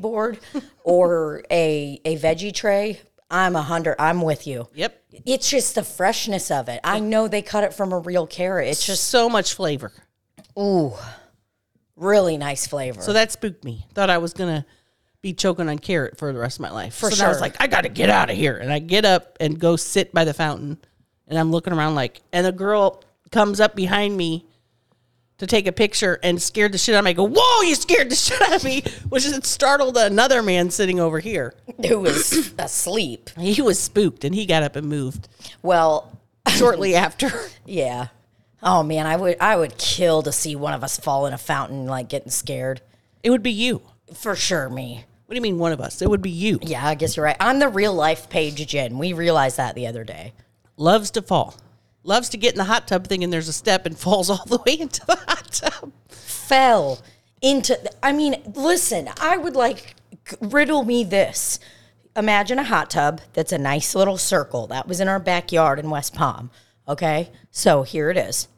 board or a a veggie tray. I'm a hundred. I'm with you.
Yep,
It's just the freshness of it. I know they cut it from a real carrot. It's just
just so much flavor.
ooh, really nice flavor.
So that spooked me. Thought I was gonna be choking on carrot for the rest of my life.
For
so then I was
sure.
like, I gotta get out of here, and I get up and go sit by the fountain, and I'm looking around like, and a girl comes up behind me to take a picture and scared the shit out of me. I go, whoa, you scared the shit out of me, which is- startled another man sitting over here.
Who was asleep?
He was spooked and he got up and moved
Well,
shortly after.
yeah. Oh man, I would I would kill to see one of us fall in a fountain like getting scared.
It would be you.
For sure, me.
What do you mean one of us? It would be you.
Yeah, I guess you're right. I'm the real life Paige Jen. We realized that the other day.
Loves to fall. loves to get in the hot tub thinking there's a step and falls all the way into the hot tub.
fell into. I mean, listen, I would like riddle me this. Imagine a hot tub that's a nice little circle. That was in our backyard in West Palm. Okay, so here it is.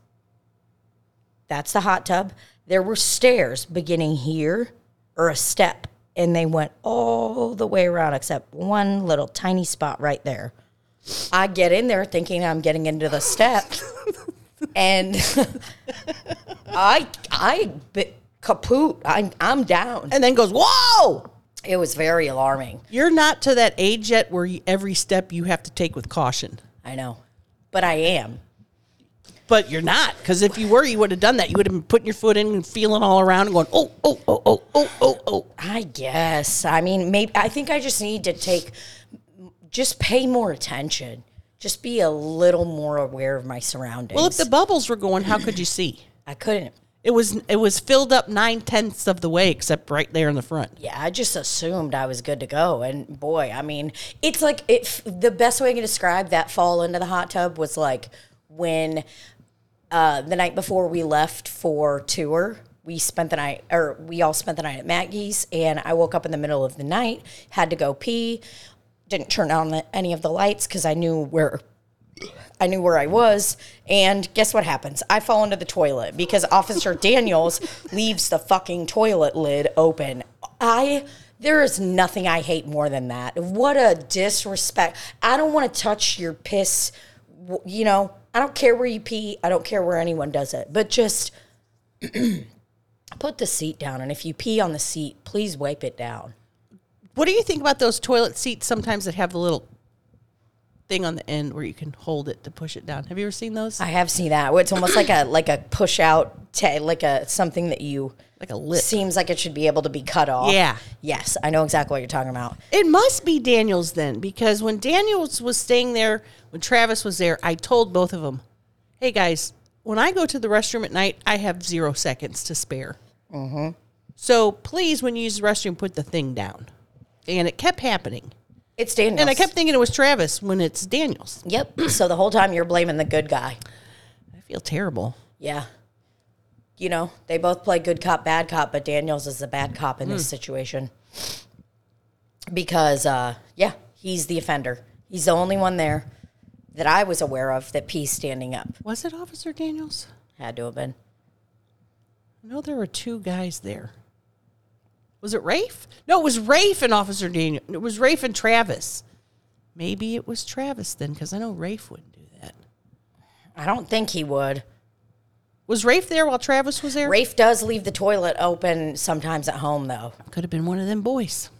That's the hot tub. There were stairs beginning here or a step, and they went all the way around except one little tiny spot right there. I get in there thinking I'm getting into the step, and I I bit kaput. I'm I'm down.
And then goes, Whoa!
It was very alarming.
You're not to that age yet where you, every step you have to take with caution.
I know, but I am.
But you're not, because if you were, you would have done that. You would have been putting your foot in and feeling all around and going, oh, oh, oh, oh, oh, oh, oh.
I guess. I mean, maybe I think I just need to take just pay more attention. Just be a little more aware of my surroundings.
Well, if the bubbles were going, how could you see?
I couldn't.
It was it was filled up nine tenths of the way, except right there in the front.
Yeah, I just assumed I was good to go, and boy, I mean, it's like if the best way I can describe that fall into the hot tub was like when uh, the night before we left for tour, we spent the night, or we all spent the night at Maggie's, and I woke up in the middle of the night, had to go pee, didn't turn on the, any of the lights because I knew where I knew where I was. And guess what happens? I fall into the toilet because Officer Daniels leaves the fucking toilet lid open. I. There is nothing I hate more than that. What a disrespect. I don't want to touch your piss. w- You know, I don't care where you pee. I don't care where anyone does it. But just put the seat down. And if you pee on the seat, please wipe it down.
What do you think about those toilet seats sometimes that have the little thing on the end where you can hold it to push it down? Have you ever seen those?
I have seen that. It's almost like a like a push out, ta like a something that you
like a lip.
seems like it should be able to be cut off.
Yeah.
Yes, I know exactly what you're talking about.
It must be Daniels then, because when Daniels was staying there, when Travis was there, I told both of them, hey guys, when I go to the restroom at night, I have zero seconds to spare. Mm-hmm. So please, when you use the restroom, put the thing down. And it kept happening.
It's Daniels.
And I kept thinking it was Travis when it's Daniels.
Yep. so the whole time you're blaming the good guy.
I feel terrible.
Yeah. You know, they both play good cop, bad cop, but Daniels is the bad cop in
Hmm.
this situation. Because uh yeah, he's the offender. He's the only one there that I was aware of that P's standing up.
Was it Officer Daniels?
Had to have been.
I know there were two guys there. Was it Rafe? No, it was Rafe and Officer Daniel. It was Rafe and Travis. Maybe it was Travis then, because I know Rafe wouldn't do that.
I don't think he would.
Was Rafe there while Travis was there?
Rafe does leave the toilet open sometimes at home though.
Could have been one of them boys.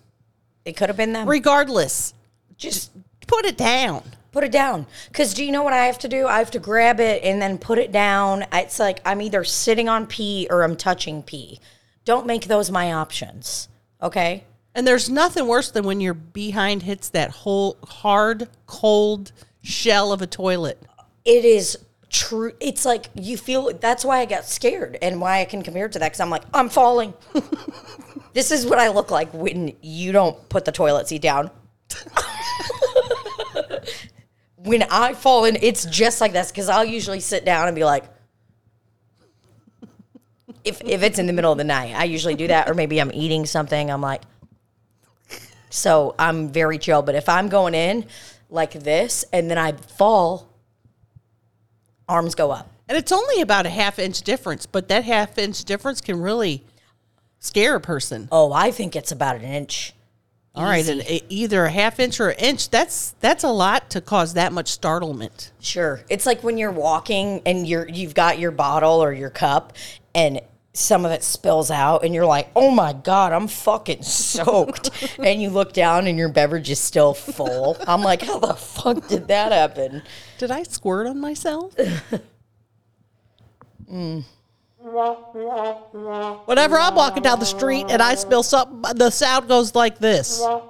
It could have been them.
Regardless,
Just
put it down.
put it down. Because do you know what I have to do? I have to grab it and then put it down. It's like I'm either sitting on pee or I'm touching pee. Don't make those my options. Okay?
And there's nothing worse than when your behind hits that whole hard, cold shell of a toilet.
It is true. It's like you feel that's why I got scared and why I can compare it to that because I'm like, I'm falling. this is what I look like when you don't put the toilet seat down. when I fall in, it's just like this because I'll usually sit down and be like, if, if it's in the middle of the night, I usually do that, or maybe I'm eating something. I'm like, so I'm very chill. But if I'm going in like this and then I fall, arms go up.
And it's only about a half inch difference, but that half inch difference can really scare a person.
Oh, I think it's about an inch.
All right, and e- either a half inch or an inch. That's that's a lot to cause that much startlement.
Sure. It's like when you're walking and you're you've got your bottle or your cup and some of it spills out and you're like, "Oh my god, I'm fucking soaked." and you look down and your beverage is still full. I'm like, "How the fuck did that happen?"
Did I squirt on myself? Whenever I'm walking down the street and I spill something, the sound goes like this. Oh,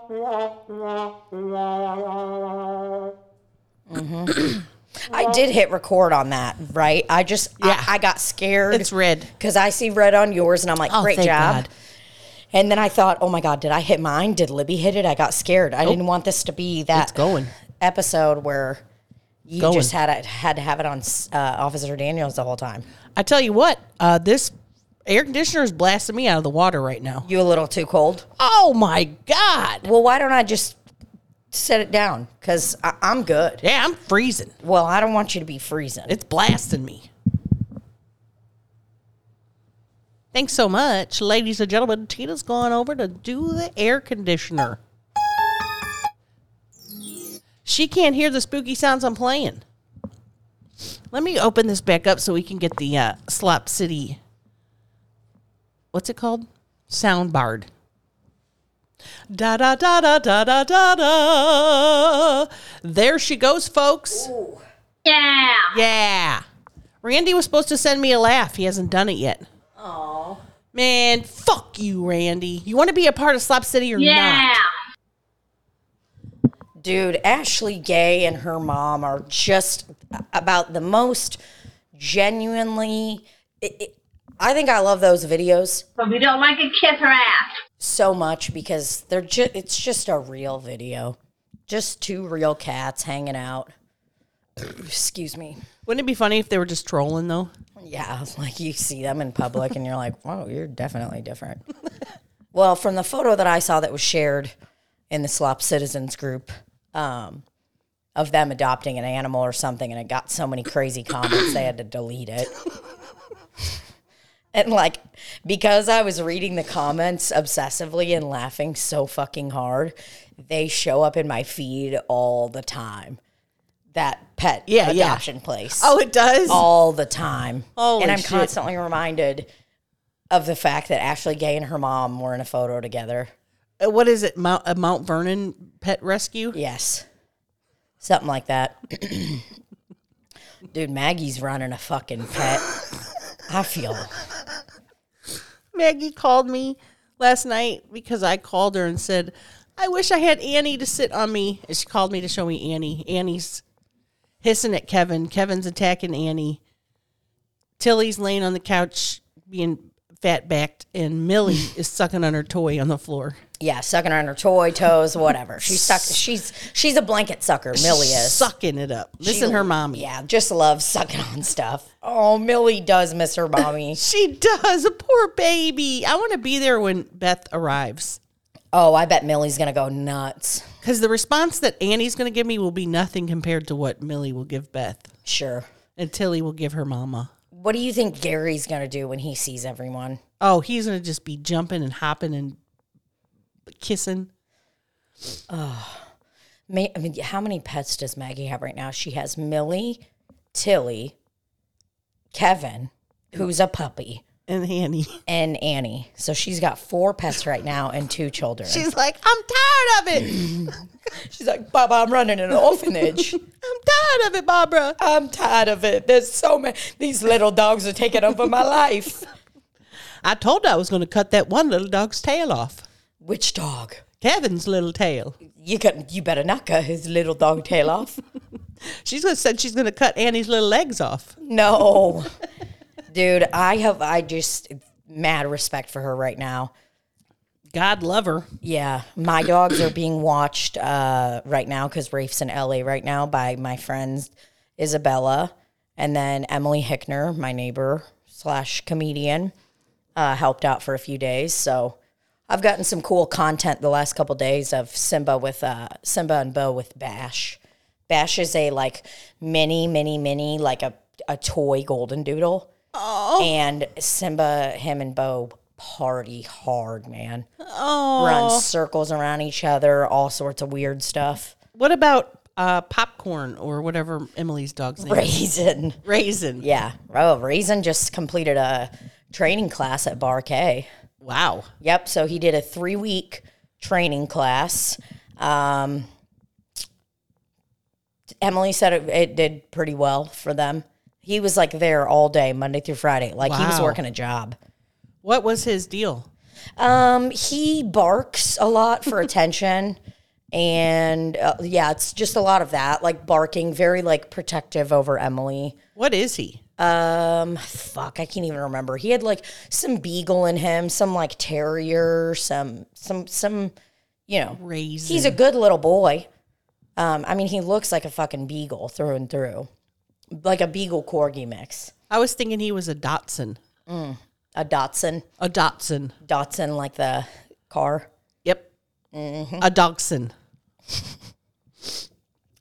I did hit record on that, right? I just
Yeah.
I, I got scared.
It's red.
Cuz I see red on yours and I'm like,
Oh,
"Great
thank
job."
God.
And then I thought, "Oh my god, did I hit mine? Did Libby hit it?" I got scared. I didn't want this to be that
It's going.
episode where You
Going.
just had it, had to have it on s- uh, Officer Daniels the whole time.
I tell you what, uh, this air conditioner is blasting me out of the water right now.
You a little too cold?
Oh my god!
Well, why don't I just set it down? Because I'm good.
Yeah, I'm freezing.
Well, I don't want you to be freezing.
It's blasting me. Thanks so much, ladies and gentlemen. Tina's gone over to do the air conditioner. She can't hear the spooky sounds I'm playing. Let me open this back up so we can get the uh, Slop City. What's it called? Soundbard. Da da da da da da da da. There she goes, folks. Yeah. Randy was supposed to send me a laugh. He hasn't done it yet. Oh. Man, fuck you, Randy. You want to be a part of Slop City or not?
Dude, Ashley Gay and her mom are just about the most genuinely. It, it, I think I love those videos
But we don't like it, kiss her ass.
so much because they're just it's just a real video. Just two real cats hanging out. Excuse me.
Wouldn't it be funny if they were just trolling though?
Yeah, like you see them in public and you're like, "Wow, you're definitely different." well, from the photo that I saw that was shared in the Slop Citizens group, um, of them adopting an animal or something, and it got so many crazy comments they had to delete it. and like, because I was reading the comments obsessively and laughing so fucking hard, they show up in my feed all the time. That pet
Yeah, Oh, yeah.
adoption place
it does.
all the time.
Holy
and I'm
shit.
constantly reminded of the fact that Ashley Gay and her mom were in a photo together.
What is it? Mount uh, Mount Vernon Pet Rescue?
Yes. Something like that. Dude, Maggie's running a fucking pet. I feel
Maggie called me last night because I called her and said, "I wish I had Annie to sit on me." And she called me to show me Annie. Annie's hissing at Kevin. Kevin's attacking Annie. Tilly's laying on the couch being fat backed, and Millie is sucking on her toy on the floor.
yeah, sucking on her toy, toes, whatever. She's suck she's she's a blanket sucker, Millie is.
sucking it up. This and her mommy.
Yeah, just loves sucking on stuff. Oh, Millie does miss her mommy.
She does. A poor baby. I want to be there when Beth arrives.
oh, I bet Millie's gonna go nuts.
Because the response that Annie's going to give me will be nothing compared to what Millie will give Beth.
Sure.
And Tilly will give her mama.
What do you think Gary's gonna do when he sees everyone?
Oh, he's going to just be jumping and hopping and kissing.
Ma I mean, how many pets does Maggie have right now? She has Millie, Tilly, Kevin, who's a puppy,
And Annie.
and Annie. So she's got four pets right now and two children.
She's like, I'm tired of it.
she's like, Baba, I'm running an orphanage.
I'm tired of it, Barbara.
I'm tired of it. There's so many. These little dogs are taking over my life.
I told her I was going to cut that one little dog's tail off.
Which dog?
Kevin's little tail.
You can, You better not cut his little dog tail off.
She's going to said she's going to cut Annie's little legs off.
No. Dude, I have, I just, mad respect for her right now.
God love her.
Yeah, my dogs are being watched uh, right now because Rafe's in LA right now by my friends Isabella and then Emily Hickner, my neighbor slash comedian, uh, helped out for a few days. So I've gotten some cool content the last couple days of Simba with uh, Simba and Bo with Bash. Bash is a like mini, mini, mini, like a a toy golden doodle. Oh. And Simba, him and Bo party hard, man run circles around each other, all sorts of weird stuff.
What about uh, popcorn or whatever Emily's dog's name? is?
Raisin.
Raisin.
Yeah. Oh, Raisin just completed a training class at Bar K.
Wow.
Yep. So he did a three week training class. Um, Emily said it, it did pretty well for them. He was like there all day, Monday through Friday. Like he was
Wow.
working a job.
What was his deal?
Um, he barks a lot for attention, and uh, yeah, it's just a lot of that, like barking, very like protective over Emily.
What is he?
Um, fuck, I can't even remember. He had like some beagle in him, some like terrier, some some some, you know,
Raisin.
he's a good little boy. Um, I mean, he looks like a fucking beagle through and through, like a beagle corgi mix,
I was thinking he was a Dotson.
a Dotson,
A Dotson.
Dotson like the car.
Yep. A Dogson.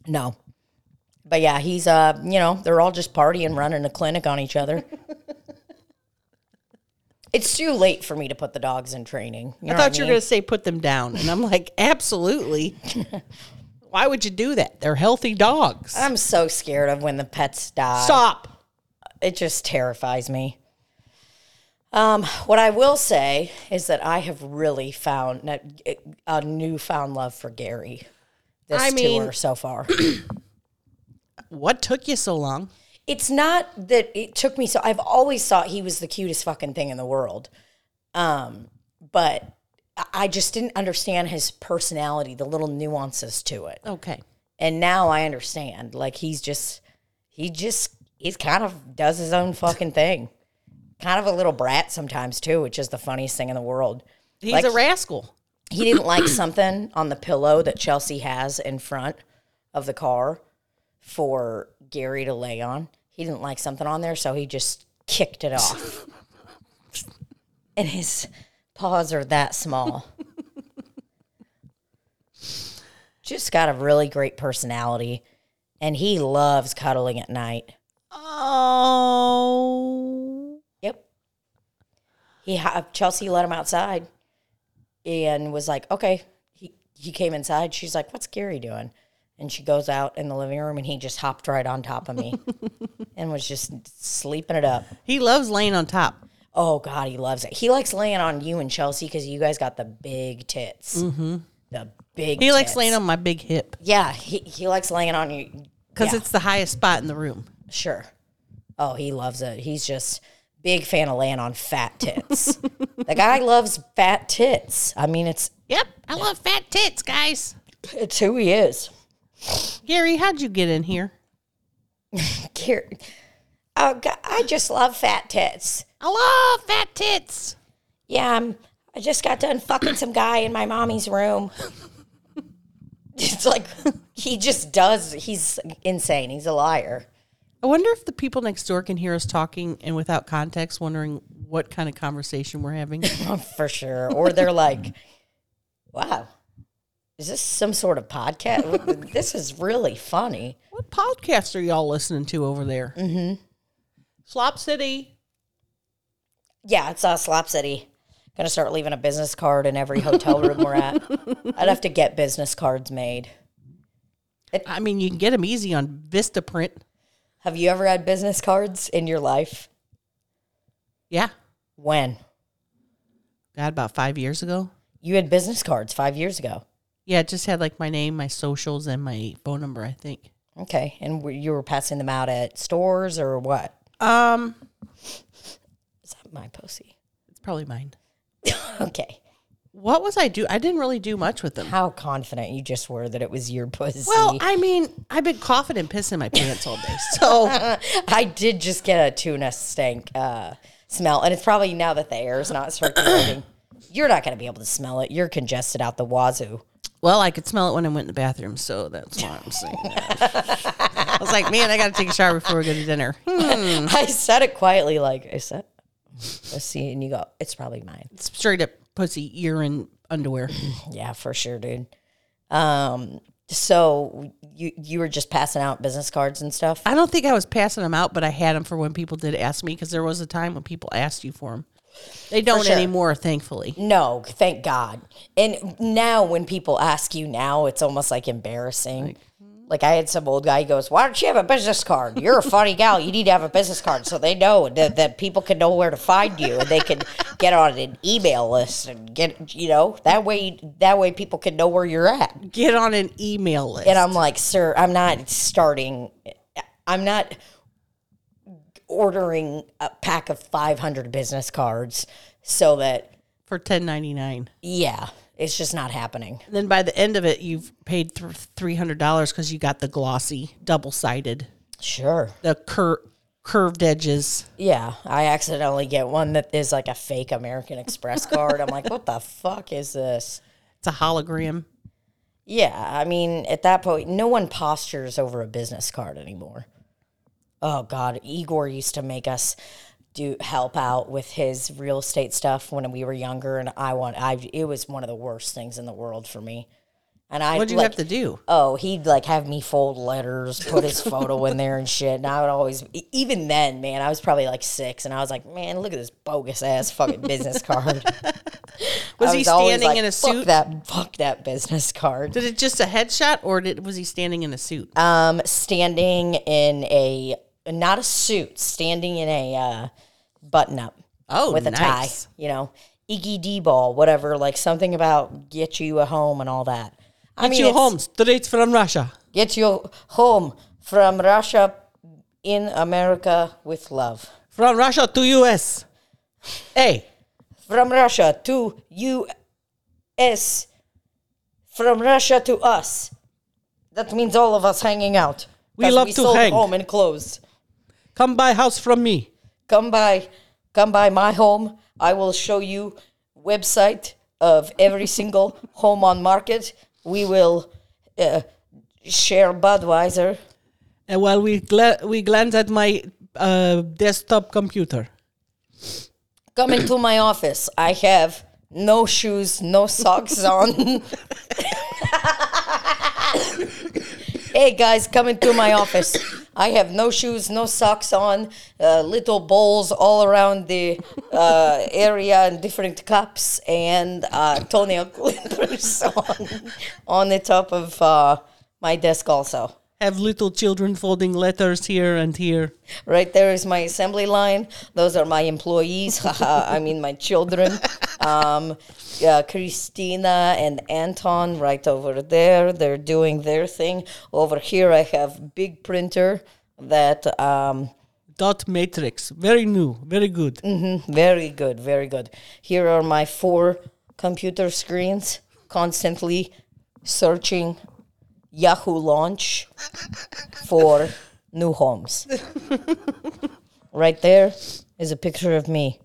No. But yeah, he's uh, you know, they're all just partying, running a clinic on each other. it's too late for me to put the dogs in training.
I thought you were going to say put them down. And I'm like, absolutely. Why would you do that? They're healthy dogs.
I'm so scared of when the pets die.
Stop.
It just terrifies me. Um, what I will say is that I have really found a, a newfound love for Gary this
I mean-
tour so far.
What took you so long?
it's not that it took me so I've always thought he was the cutest fucking thing in the world. Um, but I- I just didn't understand his personality, the little nuances to it.
Okay.
And now I understand. Like he's just he just he's kind of does his own fucking thing. Kind of a little brat sometimes too, which is the funniest thing in the world.
He's
Like-
a rascal.
He didn't like something on the pillow that Chelsea has in front of the car for Gary to lay on. He didn't like something on there, so he just kicked it off. and his paws are that small. just got a really great personality, and he loves cuddling at night.
Oh.
Yep. He ha- Chelsea let him outside, and was like, "Okay." He he came inside. She's like, "What's Gary doing?" And she goes out in the living room, and he just hopped right on top of me, and was just sleeping it up.
He loves laying on top.
Oh God, he loves it. He likes laying on you and Chelsea because you guys got the big tits, mm-hmm. the big.
He likes
tits.
laying on my big hip
Yeah, he he likes laying on you
because
Yeah.
it's the highest spot in the room.
Sure. Oh, he loves it. He's just big fan of laying on fat tits. the guy loves fat tits. I mean, it's
Yep. I love fat tits, guys.
it's who he is.
Gary, how'd you get in here?
Here- Oh, God, I just love fat tits.
I love fat tits.
Yeah, I'm, I just got done fucking some guy in my mommy's room. it's like he just does. He's insane. He's a liar.
I wonder if the people next door can hear us talking and without context, wondering what kind of conversation we're having.
for sure. Or they're like, wow, is this some sort of podcast? this is really funny.
what podcast are y'all listening to over there? Mm-hmm. Slop City.
Yeah, it's uh, Slop City. Gonna start leaving a business card in every hotel room we're at. I'd have to get business cards made.
I mean, you can get them easy on Vistaprint.
Have you ever had business cards in your life?
Yeah.
When?
God, about five years ago.
You had business cards five years ago.
Yeah, it just had like my name, my socials, and my phone number, I think.
Okay. And were- you were passing them out at stores or what?
Um,
Is that my pussy?
it's probably mine.
okay.
What was I do? I didn't really do much with them.
How confident you just were that it was your pussy.
Well, I mean, I've been coughing and pissing my pants all day. So
I did just get a tuna stank uh, smell, and it's probably now that the air is not circulating. You're not going to be able to smell it. You're congested out the wazoo.
well, I could smell it when I went in the bathroom, so that's why I'm saying that. I was like, man, I gotta take a shower before we go to dinner. Hmm.
I said it quietly, like I said, let's see, and you go, it's probably mine.
Straight up pussy urine underwear.
Yeah, for sure, dude. Um, so you you were just passing out business cards and stuff.
I don't think I was passing them out, but I had them for when people did ask me because there was a time when people asked you for them. They don't
sure.
anymore, thankfully.
No, thank God. And now when people ask you now, it's almost like embarrassing. Like, I had some old guy, he goes, Why don't you have a business card? You're a funny gal. You need to have a business card so they know that, that people can know where to find you and they can get on an email list and get you know, that way that way people can know where you're at.
Get on an email list.
And I'm like, sir, I'm not starting. I'm not ordering a pack of 500 business cards so that,
for ten ninety nine.
yeah, it's just not happening.
Then by the end of it, you've paid th- three hundred dollars because you got the glossy, double sided,
Sure.
the cur- curved edges.
Yeah, I accidentally get one that is like a fake American Express card. I'm like, what the fuck is this?
It's a hologram.
Yeah, I mean, at that point, no one postures over a business card anymore. Oh God, Igor used to make us do help out with his real estate stuff when we were younger, and I want I it was one of the worst things in the world for me. And I
What'd you
like,
have to do?
Oh, he'd like have me fold letters, put his photo in there and shit. And I would always, e- even then, man, I was probably like six, and I was like, man, look at this bogus ass fucking business card.
Was
I
he
always
standing
like,
in a
"Fuck
suit?
That fuck that business card.
Did it just a headshot, or did was he standing in a suit?
Um, standing in a not a suit, standing in a uh, button up
oh,
with a
nice.
tie. You know, Iggy D ball, whatever. Like something about get you a home and all that. I
Get you
it's-
home straight from Russia.
Get you home from Russia in America with love.
From Russia to U.S. Hey,
From Russia to U.S. From Russia to us. That means all of us hanging out.
We
'Cause
love
we
to
sold
hang.
home and clothes.
come buy house from me.
Come by, come by my home. I will show you website of every single home on market. We will uh, share Budweiser.
And while we gla- we glance at my uh, desktop computer,
come into my office. I have no shoes, no socks on. hey guys, come into my office. I have no shoes, no socks on, uh, little bowls all around the uh, area and different cups, and uh, toenail clippers on, on the top of uh, my desk also.
have little children folding letters here and here.
Right there is my assembly line. Those are my employees. Haha, I mean, my children. Um, uh, Christina and Anton, right over there. They're doing their thing. Over here, I have big printer that um,
Dot matrix, very new, very good.
Mm. very good, very good. Here are my four computer screens, constantly searching Yahoo launch for new homes. right there is a picture of me.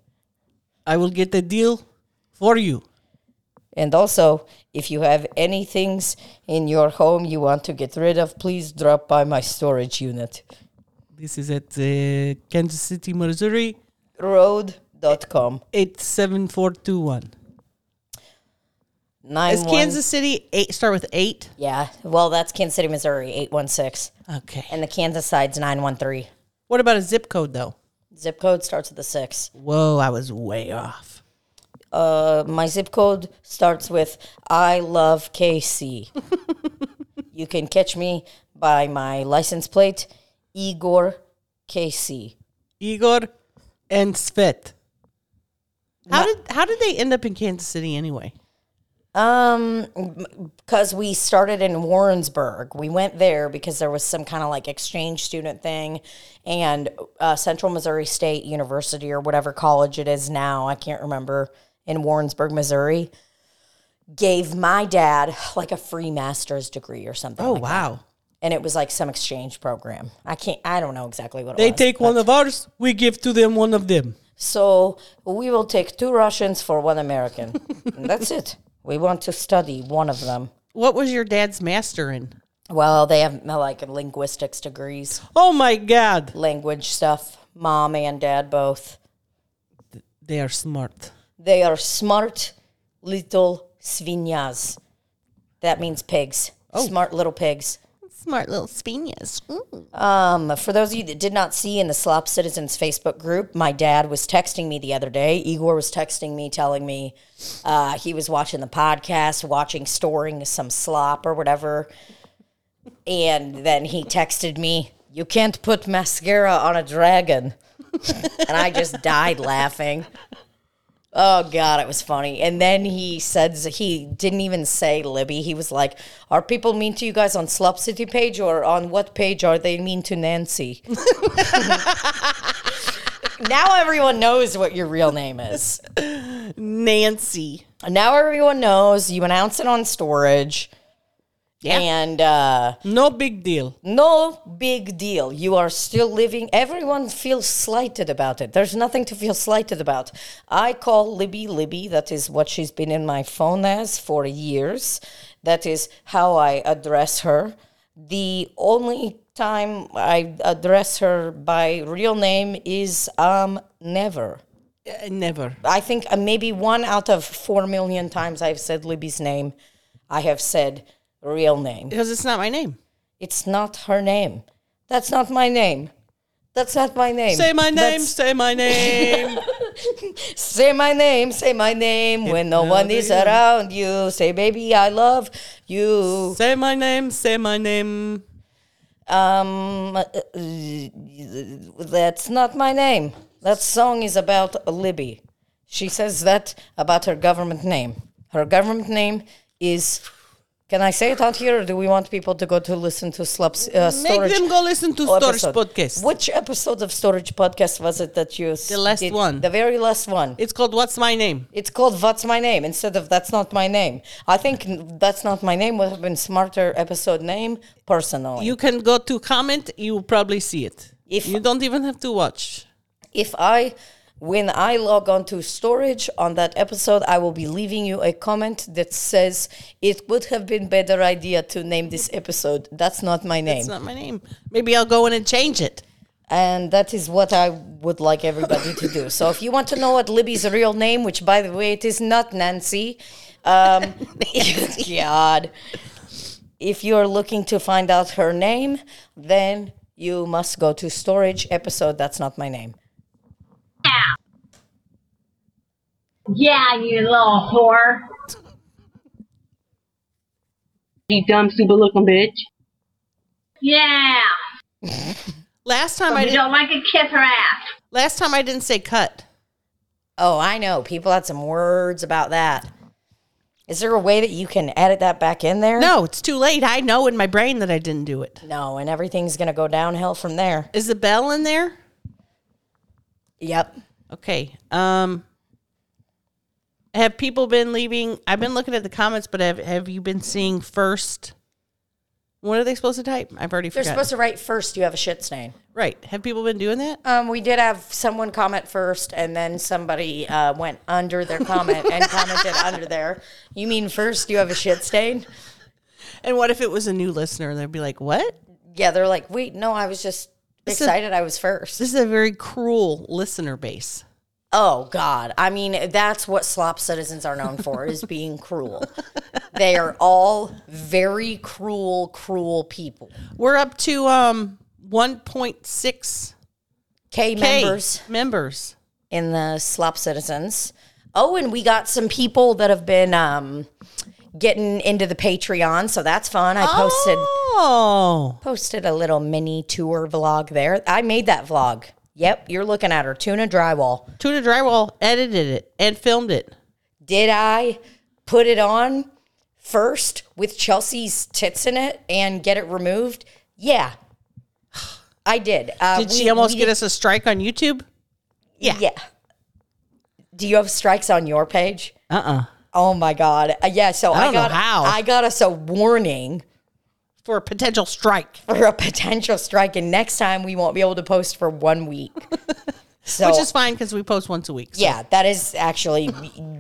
I will get a deal for you.
And also, if you have any things in your home you want to get rid of, please drop by my storage unit.
This is at uh, Kansas City, Missouri,
Road.com.
eight seven four two one.
Nine
Is Kansas City eight start with eight?
Yeah. Well, that's Kansas City, Missouri, 816.
Okay.
And the Kansas side's 913.
What about a zip code though?
Zip code starts with a six.
Whoa, I was way off.
Uh, my zip code starts with I love KC. you can catch me by my license plate, Igor KC.
Igor and Svet. How did how did they end up in Kansas City anyway?
Um, because we started in Warrensburg, we went there because there was some kind of like exchange student thing, and uh, Central Missouri State University or whatever college it is now, I can't remember, in Warrensburg, Missouri, gave my dad like a free master's degree or
Oh.
something. like that.
wow.
And it was like some exchange program. I can't, I don't know exactly what it
They
was.
take one of ours, we give to them one of them.
So we will take two Russians for one American. And that's it. We want to study one of them.
What was your dad's master in?
Well, they have uh, like linguistics degrees,
Oh my god.
language stuff. Mom and dad both.
They are smart.
They are smart little svinyas. That means pigs. Smart little pigs.
Smart little spinias. Mm.
Um, for those of you that did not see in the Slop Citizens Facebook group, my dad was texting me the other day. Igor was texting me, telling me uh, he was watching the podcast, watching storing some slop or whatever. And then he texted me, You can't put mascara on a dragon. and I just died laughing. Oh God, it was funny. And then he said he didn't even say Libby. He was like, "Are people mean to you guys on Slop City page or on what page are they mean to Nancy?" now everyone knows what your real name is.
Nancy.
Now everyone knows. You announce it on storage,
Yeah.
and uh,
No big deal.
no big deal. You are still living. Everyone feels slighted about it. There's nothing to feel slighted about. I call Libby Libby. That is what she's been in my phone as for years. That is how I address her. The only time I address her by real name is um never.
Uh, never.
I think uh, maybe one out of four million times I've said Libby's name, I have said real name.
Because it's not my name.
It's not her name. That's not my name. That's not my name.
Say my name,
That's-
say my name.
Say my name, say my name when no one is around you. Say, baby, I love you.
say my name, say my name.
Um, uh, that's not my name. That song is about Libby. She says that about her government name. Her government name is. Can I say it out here, or do we want people to go to listen to Slop's uh,
Make
storage?
them go listen to Storage
episode?
Podcast.
Which episode of Storage Podcast was it that you?
The last one.
The very last one.
It's called What's My Name?
It's called What's My Name instead of That's Not My Name. I think That's Not My Name would have been smarter episode name personally.
You can go to comment, you will probably see it.
If-
you don't even have to watch.
if I when I log on to storage on that episode, I will be leaving you a comment that says it would have been better idea to name this episode. That's not my name.
It's not my name. Maybe I'll go in and change it.
and that is what I would like everybody to do. So if you want to know what Libby's real name, which by the way it is not Nancy, um, God, if you are looking to find out her name, then you must go to storage episode. That's not my name.
Yeah. Yeah, you little whore.
You dumb, stupid looking bitch.
Yeah.
Last time I
You
didn't,
don't like to kiss her ass.
last time I didn't say cut.
Oh, I know. People had some words about that. Is there a way that you can edit that back in there?
No, it's too late. I know in my brain that I didn't do it.
No, and everything's gonna go downhill from there.
Is the bell in there?
Yep.
Okay. Um have people been leaving? I've been looking at the comments, but have have you been seeing first? What are they supposed to type? I've already
They're
forgotten.
supposed to write first you have a shit stain.
right. Have people been doing that?
Um, we did have someone comment first, and then somebody uh, went under their comment and commented under there. You mean first you have a shit stain?
And what if it was a new listener and they'd be like, "What?
Yeah, they're like, wait, no, I was just
is-
excited. I was first.
This is a very cruel listener base."
Oh God! I mean, that's what slop citizens are known for—is being cruel. They are all very cruel, cruel people.
We're up to um 1.6k
K members
members.
in the slop citizens. Oh, and we got some people that have been um, getting into the Patreon, so that's fun. I posted
Oh.
posted a little mini tour vlog there. I made that vlog. Yep, you're looking at her tuna drywall.
Tuna Drywall edited it and filmed it.
did I put it on first with Chelsea's tits in it and get it removed? Yeah, I did. Uh,
Did
we-
she almost
we
get
did-
us a strike on YouTube? Yeah.
Yeah. Do you have strikes on your page?
Uh-uh.
Oh my god! Uh, yeah, so I,
don't know
got
how.
I got us a warning
For a potential strike.
for a potential strike, and next time we won't be able to post for one week. So
Which is fine because we post once a week. So
yeah, that is actually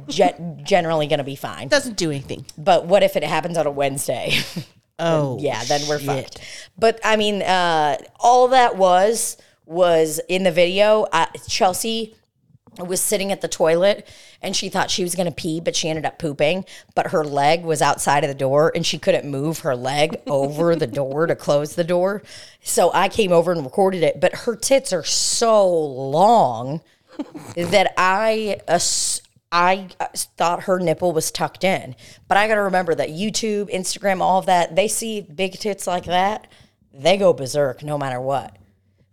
ge- generally going to be fine.
It doesn't do anything.
But what if it happens on a Wednesday?
Oh.
yeah, then we're
shit.
fucked. But I mean, uh, all that was was in the video. Uh, Chelsea was sitting at the toilet and she thought she was going to pee, but she ended up pooping. But her leg was outside of the door and she couldn't move her leg over the door to close the door. So I came over and recorded it. But her tits are so long that I ass- I uh, thought her nipple was tucked in. But I got to remember that YouTube, Instagram, all of that, they see big tits like that, they go berserk no matter what.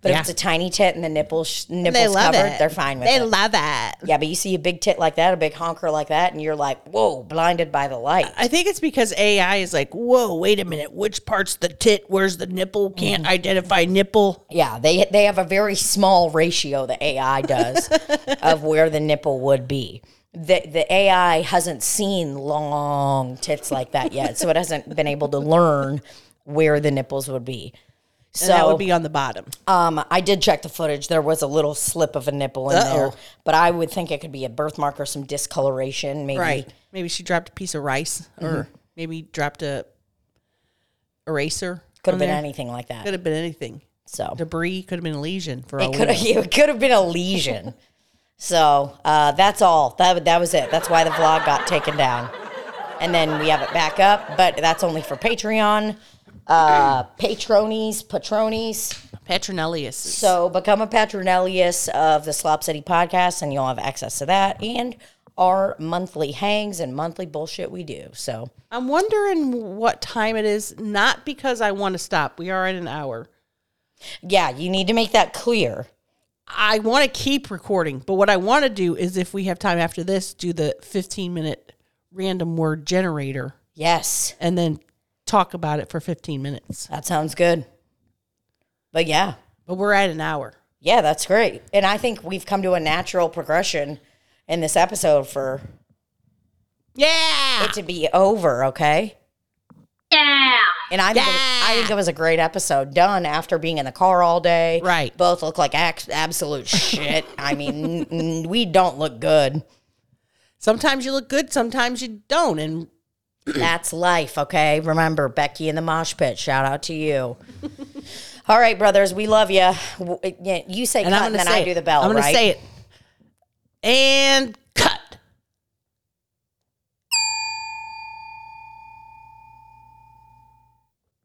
But
Yeah.
if it's a tiny tit and the nipple sh- nipple's
They love
covered,
it.
they're fine with
They
it.
love it.
yeah, but you see a big tit like that, a big honker like that, and you're like, whoa, blinded by the light.
I think it's because AI is like, whoa, wait a minute. Which part's the tit? Where's the nipple? Can't identify nipple.
Yeah, they they have a very small ratio the AI does of where the nipple would be. The the AI hasn't seen long tits like that yet, so it hasn't been able to learn where the nipples would be. So
That would be on the bottom.
um, I did check the footage. There was a little slip of a nipple in there, but I would think it could be a birthmark or some discoloration, maybe.
Maybe she dropped a piece of rice or Maybe dropped a eraser.
Could
on
have been
there.
anything like that.
Could have been anything.
so
Debris could have been a lesion for all
it
we
could
know.
have it could have been a lesion. so uh, that's all. That wa- that was it. That's why the vlog got taken down, and then we have it back up. But that's only for Patreon, uh, patronies, patronies.
Patronellius.
So become a patronellius of the Slop City podcast, and you'll have access to that and our monthly hangs and monthly bullshit we do. So
I'm wondering what time it is. Not because I want to stop. We are at an hour.
yeah, you need to make that clear.
I want to keep recording, but what I want to do is, if we have time after this, do the 15 minute random word generator
Yes,
and then talk about it for 15 minutes.
that sounds good. But yeah,
But we're at an hour.
Yeah, that's great. And I think we've come to a natural progression in this episode for
Yeah.
it to be over, okay?
Yeah.
And I think, it, I think it was a great episode done after being in the car all day.
Right.
Both look like ax- absolute shit. I mean, n- we don't look good.
Sometimes you look good, sometimes you don't. And
That's life, okay? Remember, Becky in the mosh pit. Shout out to you. All right, brothers, we love you. You say
and I'm
cut, and
going
then
to say
I do the bell.
I'm
right?
to say it. And